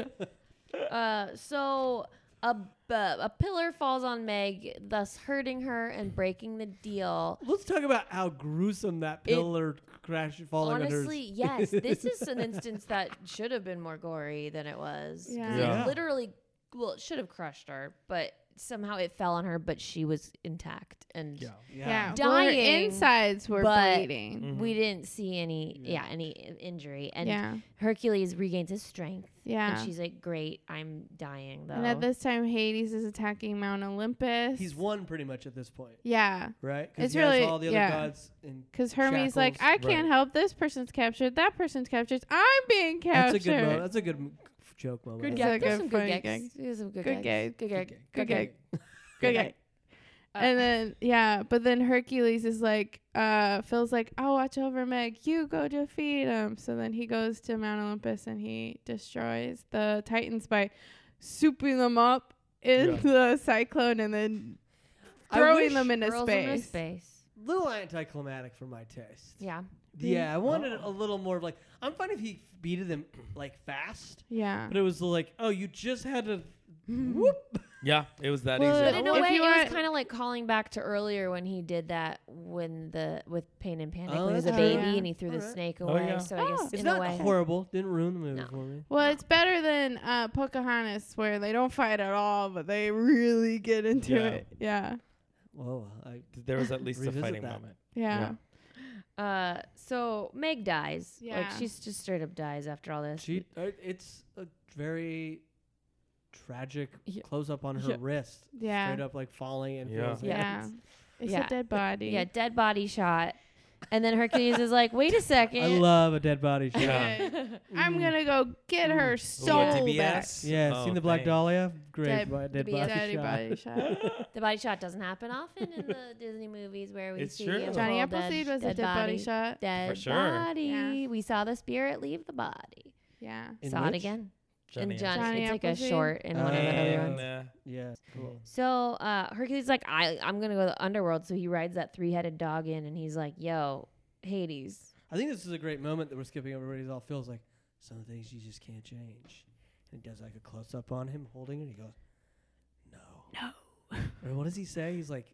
Uh, so a, b- a pillar falls on Meg, thus hurting her and breaking the deal.
[laughs] Let's talk about how gruesome that
It-
pillar crash falling under.
Honestly,
his-
yes, this is an instance that should have been more gory than it was. 'Cause
Yeah.
it
Yeah.
literally, well, it should have crushed her, but somehow it fell on her, but she was intact and
Yeah.
Yeah,
Dying,
Her insides were
but-
bleeding.
Mm-hmm.
we didn't see any, yeah, any i- injury. And
yeah,
Hercules regains his strength,
yeah.
and she's like, "Great, I'm dying though."
And at this time, Hades is attacking Mount Olympus.
He's won pretty much at this point,
Yeah,
right? 'Cause
It's
he has
really-
all the other
yeah.
gods and
because Hermes like, I
Shackles,
can't
right.
help. This person's captured. That person's captured. I'm being
That's
captured.
a good moment. That's a good m- joke moment.
Good
It's
gag.
a
There's
good
some good
funny
gags.
gag.
There's some good,
Good
gags.
gag.
Good gag.
Good gag.
Good
Good
gag.
gag.
Uh,
and then yeah, but then Hercules is like, uh, Phil's like, I'll watch over Meg. You go defeat him. So then he goes to Mount Olympus and he destroys the Titans by souping them up in
Yeah.
the cyclone and then
I wish
throwing them into
Girls
space.
in the space.
Little anticlimactic for my taste.
Yeah.
Yeah, I wanted a little more of like I'm fine if he beat them [clears throat] like fast,
Yeah.
but it was like oh you just
[laughs]
had to whoop.
Yeah, it was that
Well,
easy.
But
But
in a
if
way, it
you
was
want-
kind of like calling back to earlier when he did that when the with pain and panic
Oh,
when he was a
that's
baby
true. Yeah.
and he threw the
Alright.
snake
Oh,
away.
yeah.
So I guess
Oh.
It's
in
not
a way,
horrible. Didn't ruin the movie
No.
for me.
Well, it's better than uh, Pocahontas, where they don't fight at all, but they really get into
Yeah.
it. Yeah.
Well, I
there was at least a
Revisit
fighting
that.
moment.
Yeah.
Uh, so Meg dies. Like
Yeah.
she's just straight up dies after all this.
she uh, it's a very tragic
Yeah.
close up on her
Yeah.
wrist,
Yeah.
straight up like falling and
Yeah.
feels it.
Yeah.
Yeah. It's
Yeah.
a dead body.
yeah, dead body shot. And then Hercules is like, "Wait a second.
I love a dead body shot.
Yeah.
[laughs] I'm gonna go get her
Ooh, a
soul back.
DBS?
Yeah,
Oh,
seen the Black
thanks.
Dahlia? Great,
Dead-
bo- dead
the
body
Daddy
shot.
body shot.
[laughs]
the body shot doesn't happen often in the Disney movies where we
It's
see
true.
a
Johnny
full
Appleseed
dead,
was a dead body, shot.
Dead
sure.
body.
Yeah.
We saw the spirit leave the body.
Yeah.
In
saw
which?
it again.
Johnny
in Johnny,
Johnny
it's like a
Appleseed.
short in one of the early
And,
ones.
uh,
Yeah, cool.
So uh, Hercules is like, I I'm gonna go to the underworld. So he rides that three headed dog in, and he's like, Yo, Hades.
I think this is a great moment that we're skipping over. Where he all feels like some things you just can't change. And he does like a close up on him holding it. He goes, "No, [laughs] no." Or what does he say? He's like,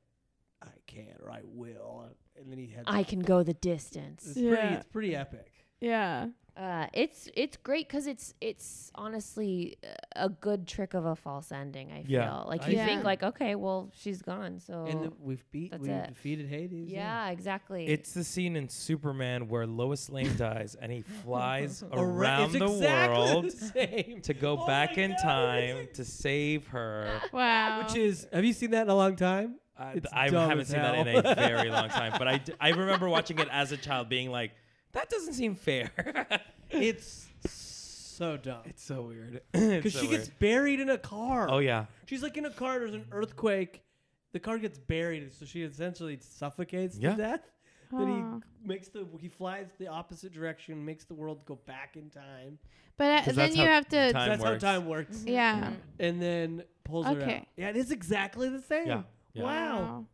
"I can or I will." And then he heads.
I
off.
can go the distance.
It's pretty.
Yeah.
It's pretty epic.
Yeah.
Uh, it's it's great because it's it's honestly uh, a good trick of a false ending. I feel
Yeah.
like
I
you
Yeah.
think like okay, well she's gone, so
And the, we've beat.
Oh, that's
we
it.
defeated Hades.
yeah, exactly.
It's the scene in Superman where Lois Lane dies and he
[laughs]
flies
Arra-
around
it's
the
exactly
world
The same. [laughs]
to go
Oh
back
my
in
God,
time
it's
to save her.
Wow.
Which is, have you seen that in a long time?
I,
It's
I
dumb
haven't
as
seen that in
hell. [laughs]
a very long time, but I, d- I remember watching it as a child being like, that doesn't seem fair. [laughs]
It's so dumb.
it's so weird. Because
[laughs] Because she gets buried in a car.
Oh, yeah.
She's like in a car. There's an earthquake. The car gets buried, so she essentially suffocates
Yeah.
to death.
Aw.
Then he makes the he flies the opposite direction, makes the world go back in time.
But uh,
'Cause
then
that's
you
how
have to.
time-
That's
works.
how time
Mm-hmm.
works.
[laughs] Yeah.
Mm.
And then pulls her out.
Okay.
Yeah, it is exactly the same.
Yeah, yeah.
Wow.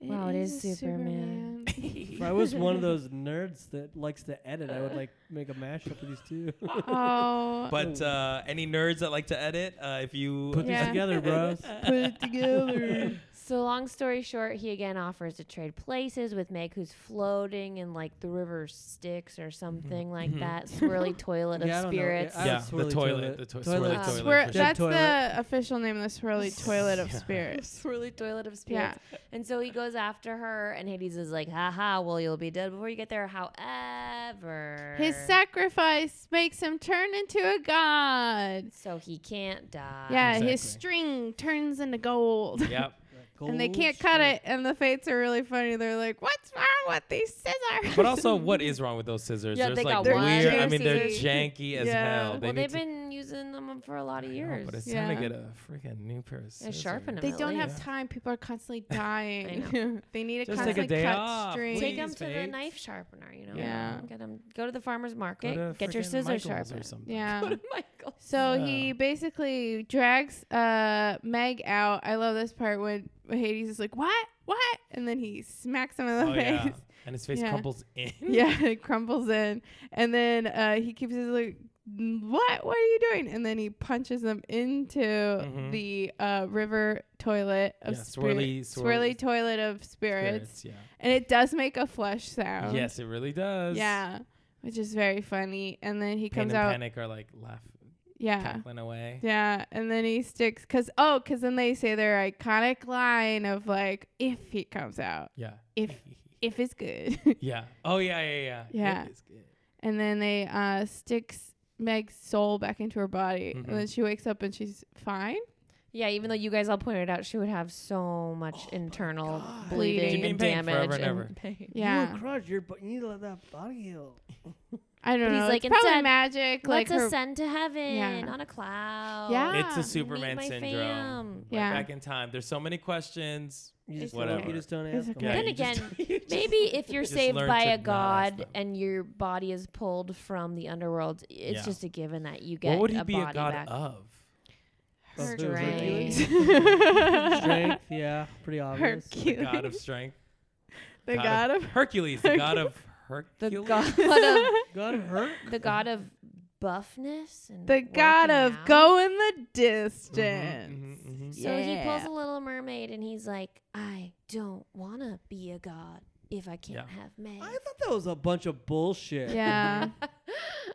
Wow, it is
a
Superman.
[laughs] If I was one of those nerds that likes to edit, I would like make a mashup of these two.
[laughs] oh.
But uh, any nerds that like to edit, uh, if you.
Put these
Yeah.
together, [laughs] bros.
Put it together.
so long story short, he again offers to trade places with Meg, who's floating in like the river Styx or something like
Mhm.
that
[laughs]
swirly toilet of
Yeah, I don't know.
spirits.
Yeah, I-
yeah,
Swirly
the
toilet.
toilet. The to-
Toilet.
swirly
Uh,
toilet.
Swir-
for sure. [laughs]
Dead
that's
toilet.
the official name of the
[laughs]
swirly toilet of
Yeah.
spirits.
[laughs] swirly toilet of spirits.
Yeah.
And so he goes after her, and Hades is like, haha, well, you'll be dead before you get there. However,
His sacrifice makes him turn into a god.
so he can't die.
Yeah, his
Exactly.
string turns into gold.
Yep.
and they can't cut it, and the fates are really funny. They're like, "What's wrong with these scissors?"
But
[laughs]
also, what is wrong with those scissors?
Yeah,
There's
they
like
got wide
weird. I mean, they're
scissors.
janky as
Yeah.
hell. They
well,
need
they've
to-
been using them for a lot of
I know,
years.
but it's time to
Yeah.
get a freaking new pair of
Yeah,
scissors.
sharpen 'em
they
at
don't have
least.
time. People are [laughs] constantly dying. [laughs] they need a
Just take a
constantly
day
cut
off,
string.
Take
Please, [laughs]
them to the
babes.
knife sharpener, you know.
Yeah.
Get them. Go to the farmer's
Go
market.
to
get your
freaking
scissors Oh
Michael's
sharpened.
or something.
Go [laughs]
Yeah.
to Michael.
So
Yeah.
he basically drags uh, Meg out. I love this part when Hades is like, "What? What?" and then he smacks him in
[laughs]
the
Oh, yeah.
[laughs] face.
And his face [laughs]
Yeah. [laughs]
crumbles in.
Yeah, it crumbles in, and then uh, he keeps his like what what are you doing and then he punches them into
Mhm.
the uh, river toilet of
Yeah,
spirit-
swirly-
swirly
swirly-
toilet of spirits.
Spirits, yeah.
and it does make a flush sound
yes, it really does.
yeah which is very funny and then he
Pain
comes
and
out
panic are like laugh,
yeah
cackling away.
yeah and then he sticks because oh because then they say their iconic line of like if he comes out
Yeah. [laughs]
if if it's good
yeah. Oh yeah, yeah, yeah.
Yeah.
It is good.
and then they uh sticks meg's soul back into her body
Mhm.
and then she wakes up and she's fine
Yeah, even though you guys all pointed out she would have so much internal
God.
She'd be
bleeding
in
and
pain forever
damage
and
and,
ever.
pain.
yeah
You were crushed. You're, but you need to let that body heal.
I don't
But he's
know.
like,
it's probably
instead,
magic. Like
Let's
her,
ascend to heaven
Yeah.
on a cloud.
Yeah.
It's
Ah.
a Superman
my
syndrome.
fam.
Like,
Yeah.
Back in time. There's so many questions.
You just
Whatever.
Don't, you just don't
It's
ask.
okay.
Yeah,
then
you [laughs]
again,
just- you just-
maybe if you're
just
saved
learn to
by a
not ask
god
them.
and your body is pulled from the underworld, it's
Yeah.
just a given that you get
What would he
a
be
body
a god
back.
of?
[laughs]
Of
her
who, Hercules?
[laughs] strength.
Strength, yeah, pretty obvious.
The god of
Hercules.
strength.
The god
[laughs]
of
Hercules. The god of
The
Hercules.
god [laughs] of
God hurt.
the god of buffness
[laughs]
and
the god
working
of
out.
going
Mm-hmm.
the distance.
Mhm, mhm, mhm.
So he pulls
Yeah.
a little mermaid and he's like, I don't wanna be a god if I can't have Meg.
I thought that was a bunch of bullshit.
Yeah.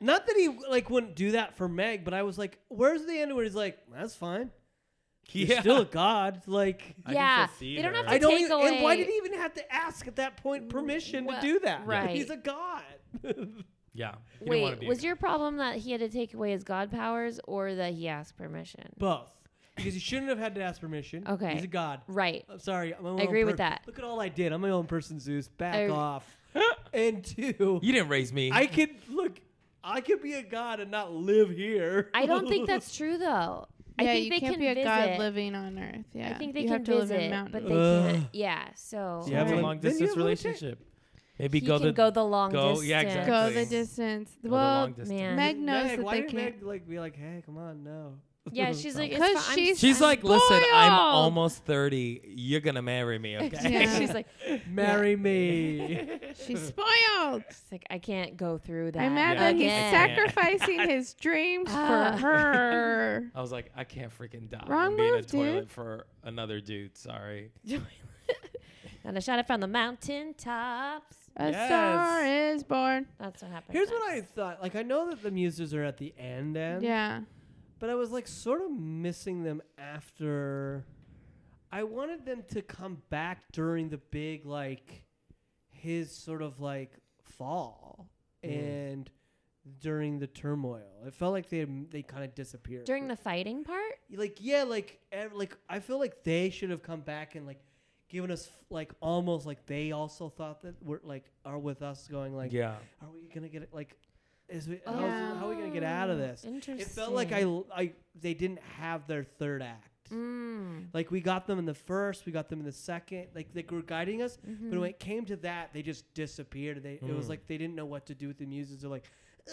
Not that he like wouldn't do that for Meg, but I was like, where's the end where he's like, that's fine. He's
Yeah.
still a god. Like
I can
Yeah,
still see
they don't have
her.
to
I don't.
take
Even, and why
away-
did he even have to ask at that point permission
Wha-
to do that?
right.
He's a god. [laughs]
Yeah. He didn't wanna
Wait,
be a
was
god.
your problem that he had to take away his god powers or that he asked permission?
Both, because he shouldn't have had to ask permission.
Okay.
He's a god.
Right.
I'm sorry. I'm my own
agree with
per-
that.
Look at all I did. I'm my own person, Zeus. Back
I-
off.
[laughs]
and two,
You didn't raise me.
I could look. I could be a god and not live here.
I don't think
[laughs]
that's true though. [laughs] I
yeah,
think
you
they
can't
can
be a
visit.
god living on Earth. Yeah,
I think they
you
can
have to
visit,
live in mountains.
but [laughs] they
Ugh.
can't. Yeah, so
So
You have a
Right.
long
Then you
distance
have a relationship.
relationship. Maybe
he
go
can
the
go the long
go-
distance.
yeah,
Go the
Exactly.
distance.
go the long
well,
distance.
man.
Meg knows
Meg,
that
why
they
did
can't.
Meg like be like, hey, come on, no.
Yeah, she's [laughs] like, it's
Because
fine.
she's-
She's
[laughs]
like, listen, I'm
spoiled."
almost 30. You're going to marry me, okay? [laughs]
Yeah.
she's like,
[laughs] marry me.
She's spoiled.
she's like, I can't go through that.
I'm mad
Yeah.
that he's
again.
sac-
sacrificing his dreams
Ah.
for her.
I was like, I can't freaking die
Wrong
and be in a
move, dude.
toilet for another dude. Sorry.
and I shot it from the mountain tops.
[laughs] A
Yes.
star is born.
That's what happened.
[laughs] Here's what I thought. Like, I know that the muses are at the end, end,
Yeah.
but I was like sort of missing them after. I wanted them to come back during the big like, his sort of like fall
Mm.
and during the turmoil. It felt like they they kind of disappeared
during the fighting part.
like yeah like ev- like i feel like they should have come back and like given us like almost like they also thought that we're like are with us going like
yeah.
are we gonna get it like is we how's- how, are we gonna get out of this
Oh, Interesting.
it felt like i l- i they didn't have their third act
Mm.
like we got them in the first we got them in the second like they were guiding us
mm-hmm.
but
Mm.
when it came to that they just disappeared they it was
Mhm.
like they didn't know what to do with the muses they're like uh,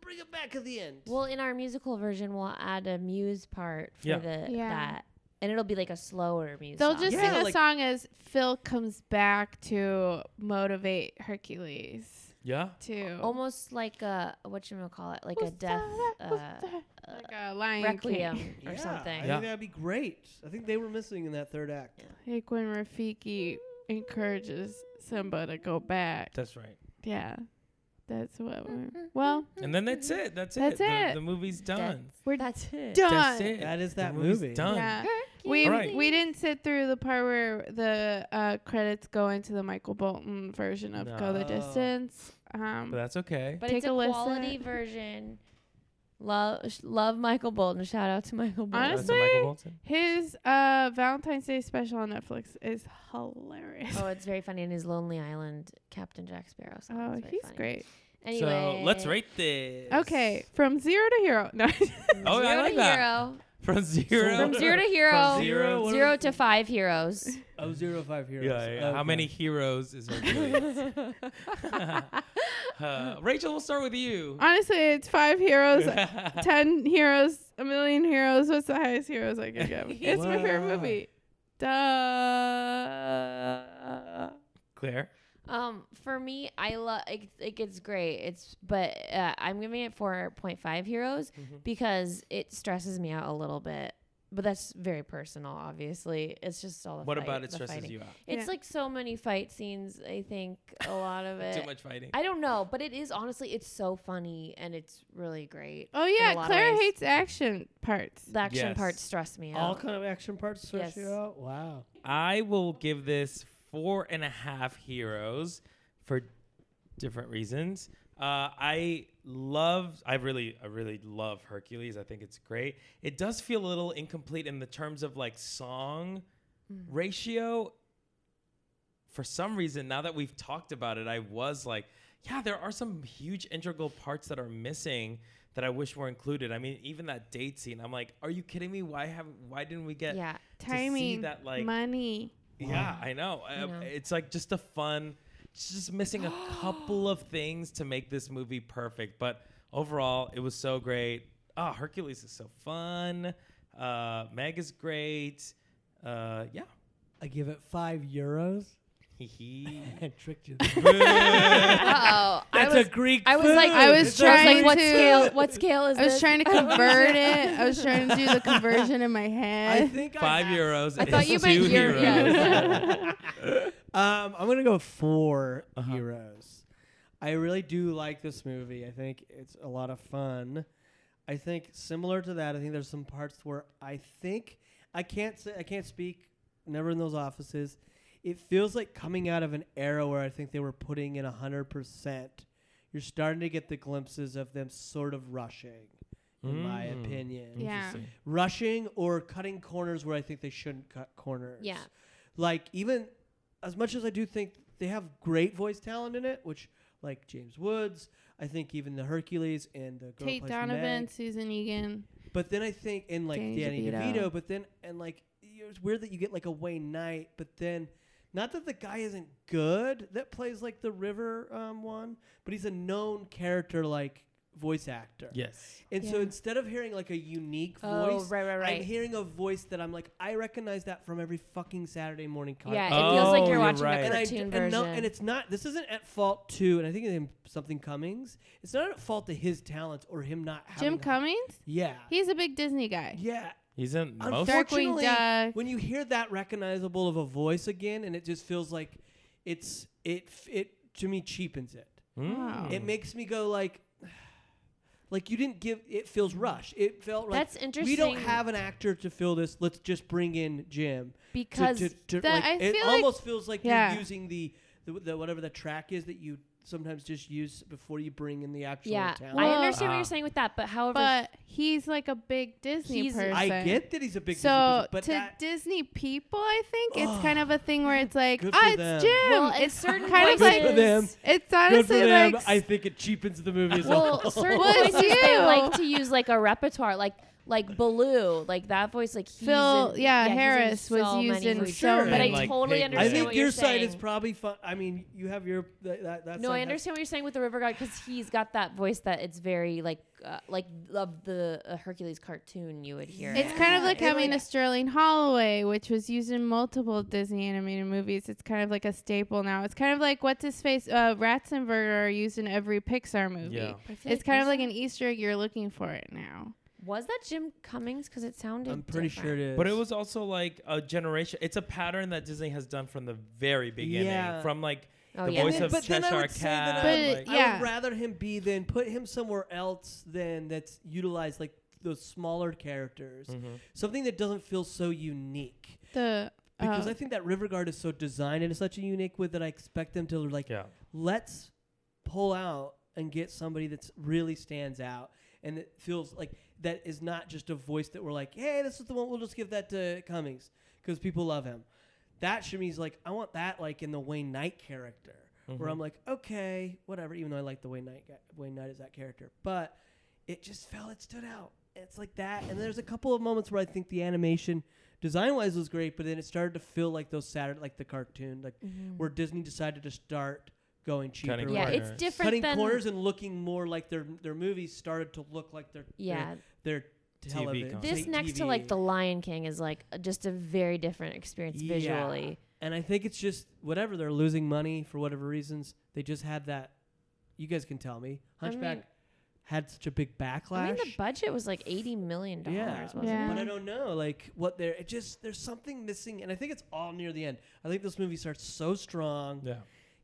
bring it back at the end
Well, in our musical version, we'll add a muse part for
Yeah.
the
Yeah.
that, and it'll be like a slower muse.
They'll
song.
just
Yeah,
sing a
like-
song as Phil comes back to motivate Hercules
Yeah.
to
almost Oh, like a what you call it, like a
Who's
death
that? Who's
uh,
that?
uh,
like a lion
requiem
King.
or
I
something.
Yeah.
think that'd be great. I think they were missing in that third act.
Like when Rafiki encourages Simba to go back.
That's right.
Yeah, that's [laughs] what. We're,
Mm-hmm.
well,
And then that's it. That's,
That's
it. The,
it.
the movie's done.
we're
That's it.
done.
That's it.
That is
The
that
movie's
movie.
Done.
Yeah.
We
We
All right.
we didn't sit through the part where the uh, credits go into the Michael Bolton version of Go the
No.
Distance. Um,
But that's okay.
but
Take
it's
a
a,
listen.
quality version. Love, sh- love Michael Bolton. Shout out to Michael Bolton.
That's a
honestly,
Michael Bolton.
His uh, Valentine's Day special on Netflix is hilarious.
Oh, it's very funny. And his Lonely Island, Captain Jack Sparrow. Song
Oh,
is very
he's
funny.
great.
Anyway,
So let's rate this.
Okay, from zero to hero. No, [laughs]
Oh, I
zero
like
to
that.
Hero.
From zero.
From
[laughs]
zero to
From
hero. Oh, Zero
zero.
what are-
to five heroes. [laughs]
Oh, zero five
[laughs] Yeah,
heroes.
yeah, yeah. How
Okay.
many heroes is Hercules?
[laughs]
[laughs] uh, Rachel, we'll start with you.
honestly, it's
[laughs]
five heroes,
yeah.
[laughs] ten heroes, a million heroes. What's the highest heroes I could
[laughs]
give? It's my favorite
Wow.
movie. Duh.
Claire.
Um, for me, I love it, like it's great. It's but uh, I'm giving it 4.5 heroes
Mm-hmm.
because it stresses me out a little bit. But that's very personal, obviously. It's just all the
What
fight-
about it
the
stresses
fighting.
you out?
It's
Yeah.
like so many fight scenes. I think a lot of it.
Too much fighting.
I don't know, but it is honestly, it's so funny and it's really great.
Oh
a
yeah,
lot of
Clara
ways.
hates action parts.
The action
Yes.
parts stress me
All
out.
kind of action parts stress
Yes.
you out. Wow.
I will give this four and a half heroes for different reasons. Uh, I love, I really, I really love Hercules. I think it's great. It does feel a little incomplete in the terms of like song
Mm.
ratio. For some reason, now that we've talked about it, I was like, yeah, there are some huge integral parts that are missing that I wish were included. I mean, even that date scene, I'm like, are you kidding me? Why have, why didn't we get
Yeah. [laughs]
to see
Timing,
that, like-
money.
yeah, I know. Uh,
know.
It's like just a fun, it's just missing
[gasps]
a couple of things to make this movie perfect. But overall, it was so great. Ah, Hercules is so fun. Uh, Meg is great. Uh, yeah.
I give it five euros. [laughs]
[laughs]
Hee
I tricked you.
Uh oh. I
That's
was,
a Greek.
I was like,
food.
I was
It's
I was
trying
like, what
to-
scale? What scale is
I was
this? [laughs]
[laughs] trying to convert it. [laughs] I was trying to do the conversion in my
I
head.
think I
Five
have-
euros.
I thought
is
you
two
meant your-
heroes. [laughs]
yeah.
[laughs] Um, I'm gonna go 4
Uh-huh.
heroes. I really do like this movie. I think it's a lot of fun. I think similar to that, I think there's some parts where I think I can't say I can't speak. Never in those offices. It feels like coming out of an era where I think they were putting in hundred percent. You're starting to get the glimpses of them sort of rushing, in my
Mm.
opinion
Yeah.
Interesting.
rushing or cutting corners where I think they shouldn't cut corners.
Yeah.
Like even as much as I do think they have great voice talent in it, which like James Woods, I think even the Hercules and the girl who
Tate
plays
Donovan,
Meg.
Susan Egan.
But then I think and like
Danny
Danny
DeVito.
DeVito. but then and like it's weird that you get like a Wayne Knight, but then not that the guy isn't good that plays like the river um, one, but he's a known character like voice actor.
Yes.
And so
Yeah.
instead of hearing like a unique
Oh,
voice,
right, right,
I'm
right.
hearing a voice that I'm like, I recognize that from every fucking Saturday morning cartoon.
yeah, it feels like
Oh,
you're
you're
watching
right.
a
and, I,
cartoon
and,
version.
no, and it's not. This isn't at fault to, and I think it's something Cummings. It's not at fault to his talents or him not. having
Jim
the-
Cummings?
Yeah.
He's a big Disney guy.
yeah.
He's in most.
Darkwing
Unfortunately,
Duck.
when you hear that recognizable of a voice again, and it just feels like it's it f- it to me cheapens it.
Mm.
It makes me go like, [sighs] like you didn't give. It feels rushed. It felt like
That's interesting.
we don't have an actor to fill this. Let's just bring in Jim. to-
because
to- to,
the-
like,
I
it
feel like-
almost feels like
Yeah.
you're using the, the the whatever the track is that you sometimes just use before you bring in the actual
yeah,
talent.
I
Well-
understand what
Ah.
you're saying with that, but however,
But he's like a big Disney
He's-
person.
I get that he's a big Disney
so
person, but
to
that,
Disney people, I think it's
Ugh.
kind of a thing where it's like,
Good
ah,
for
it's
them."
Jim.
well,
[laughs]
at
it's
certain
kind of
places,
like
Good for them.
it's
good for
honestly
them.
like
I think it cheapens the movie. As
Well,
well,
certain
Well, it's
voices they
you.
like to use like a repertoire, like like Baloo, like that voice, like he's
Phil,
in-
yeah,
he's in
Harris was
so
used
many
in
movies.
so
Sure.
But I
And, like,
totally
Pig
understand.
Wizard.
I
understand
think
what
your
you're
side is
saying.
probably fun. I mean, you have your that, that, that
No,
side
I
has-
understand what you're saying with the River God because he's got that voice that it's very like uh, like of the uh, Hercules cartoon you would hear.
It's kind of
Yeah,
like
and,
having
like-
a Sterling Holloway, which was used in multiple Disney animated movies. It's kind of like a staple now. It's kind of like what's his face, uh, Ratzenberger, are used in every Pixar movie.
Yeah.
I feel
It's kind of
he's-
like an e Easter egg. You're looking for it now.
was that Jim Cummings because it sounded.
I'm pretty sure it
different.
is.
But it was also like a generation. It's a pattern that Disney has done from the very beginning.
Yeah.
From like
Oh
the
yeah.
voice
then-
of
but then I
Cheshire
would say that
Cat.
I-
like-
But- yeah.
I would rather him be than put him somewhere else than that's utilized like those smaller characters.
Mhm.
Something that doesn't feel so unique.
The
Because
Uh-huh.
uh,
I think that River Guard is so designed and it's such a unique way that I expect them to like
Yeah.
let's pull out and get somebody that's really stands out and it feels like that is not just a voice that we're like, hey, this is the one we'll just give that to Cummings because people love him. That should means like I want that like in the Wayne Knight character
Mm-hmm.
where I'm like, okay, whatever. Even though I like the Wayne Knight, guy, Wayne Knight is that character, but it just felt it stood out. It's like that, and there's a couple of moments where I think the animation design wise was great, but then it started to feel like those Saturday, like the cartoon, like where Disney decided to start going cheaper.
Cutting
Yeah,
where
corners.
it's different
cutting
than
corners and looking more like their their movies started to look like their
yeah.
their,
TV
their television.
content.
This
ta-
next to
TV.
like the Lion King is like just a very different experience
Yeah.
visually.
And I think it's just whatever they're losing money for whatever reasons. They just had that. You guys can tell me.
I mean-
Hunchback had such a big backlash.
I mean, the budget was like eighty million dollars,
Yeah.
wasn't
Yeah.
it?
But I don't know, like what they're. It just there's something missing, and I think it's all near the end. I think this movie starts so strong,
Yeah.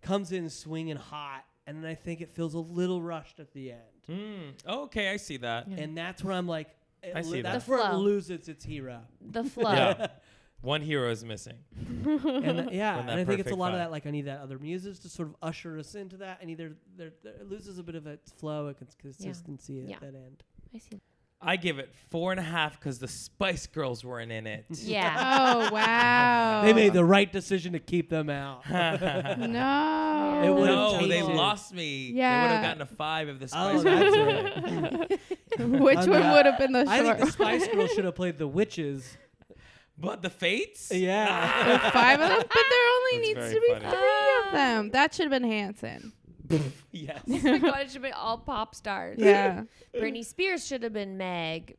comes in swinging hot, and then I think it feels a little rushed at the end,
Mm. Oh, okay, I see that.
Yeah.
and that's where I'm like, it
I
lo-
see that.
that's
The
where it
flow.
loses
[laughs]
its hero.
The flow.
Yeah. [laughs] One hero is missing.
and th- yeah,
When
and
that
I think it's a
perfect
lot of
vibe.
that. Like I need that other music to sort of usher us into that, and either there, there, it loses a bit of its flow, its consistency at
Yeah.
that end.
I see.
I give it four and a half because the Spice Girls weren't in
[laughs]
it. [laughs]
[laughs]
Yeah. [laughs]
Oh wow.
They made the right decision to keep
[laughs]
them out.
[laughs] no.
[laughs] It would've
[laughs]
no, they
taken-
lost me. They would
Yeah.
have gotten a five if the Spice
Oh,
Girls
that's
were in
right.
it.
[laughs]
Which
I'm
one
not-
would have been the
I
short
think the
one?
Spice Girls should have played the witches.
[laughs] But the Fates?
Yeah.
With five of them, but there only
That's
needs
very
to be
funny.
three of them. That should have been Hanson.
yes.
[laughs] oh my god, it should be all pop stars.
Yeah.
Britney Spears should have been Meg.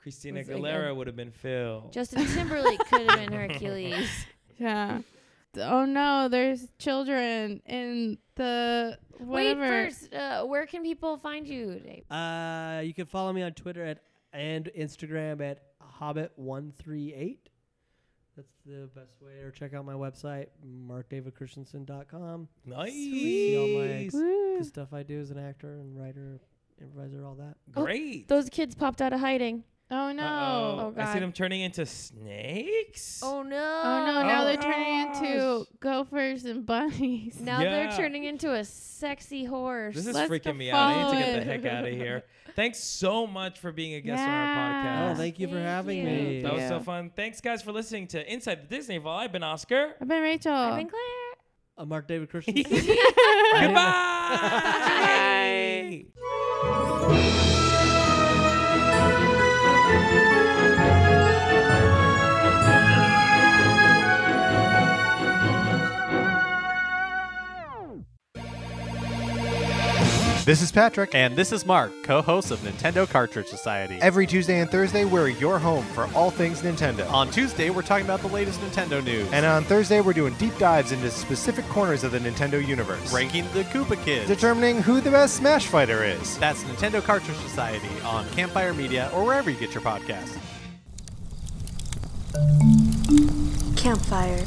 Christina
Was it good?
Aguilera would have been Phil.
Justin Timberlake could have been Hercules.
[laughs]
Yeah. Oh no, there's children in the whatever.
Wait, first, uh, where can people find you? Dave?
[laughs] Uh, you can follow me on Twitter at and Instagram at Hobbit138. That's the best way. Or check out my website, markdavidchristensen.com.
nice.
See all my
Woo. [laughs]
The stuff I do as an actor and writer, improviser, all that.
Oh,
Great.
Those kids popped out of hiding.
Oh no.
Uh-oh.
Oh,
I see
God.
them turning into snakes.
Oh no!
Oh no, now
Oh,
they're turning into
gosh.
gophers and bunnies. [laughs]
Now
Yeah.
they're turning into a sexy horse.
This is
Let's
freaking
go
me out. I need to get the
follow
heck out of here. Thanks so much for being a guest on our
Yeah.
podcast.
Oh, thank you for
Thank
having
you.
me.
that was so
Yeah.
fun. Thanks, guys, for listening to Inside the Disney Vault. I've been Oscar.
[laughs] I've been Rachel.
I've been Claire.
Uh, Mark David
[laughs]
Christensen.
Goodbye.
This is Patrick.
And this is Mark, co host of Nintendo Cartridge Society.
Every Tuesday and Thursday, we're your home for all things Nintendo.
On Tuesday, we're talking about the latest Nintendo news
And on Thursday, we're doing deep dives into specific corners of the Nintendo universe,
ranking the Koopa Kids.
determining who the best Smash Fighter is.
That's Nintendo Cartridge Society on Campfire Media or wherever you get your podcasts.
Campfire.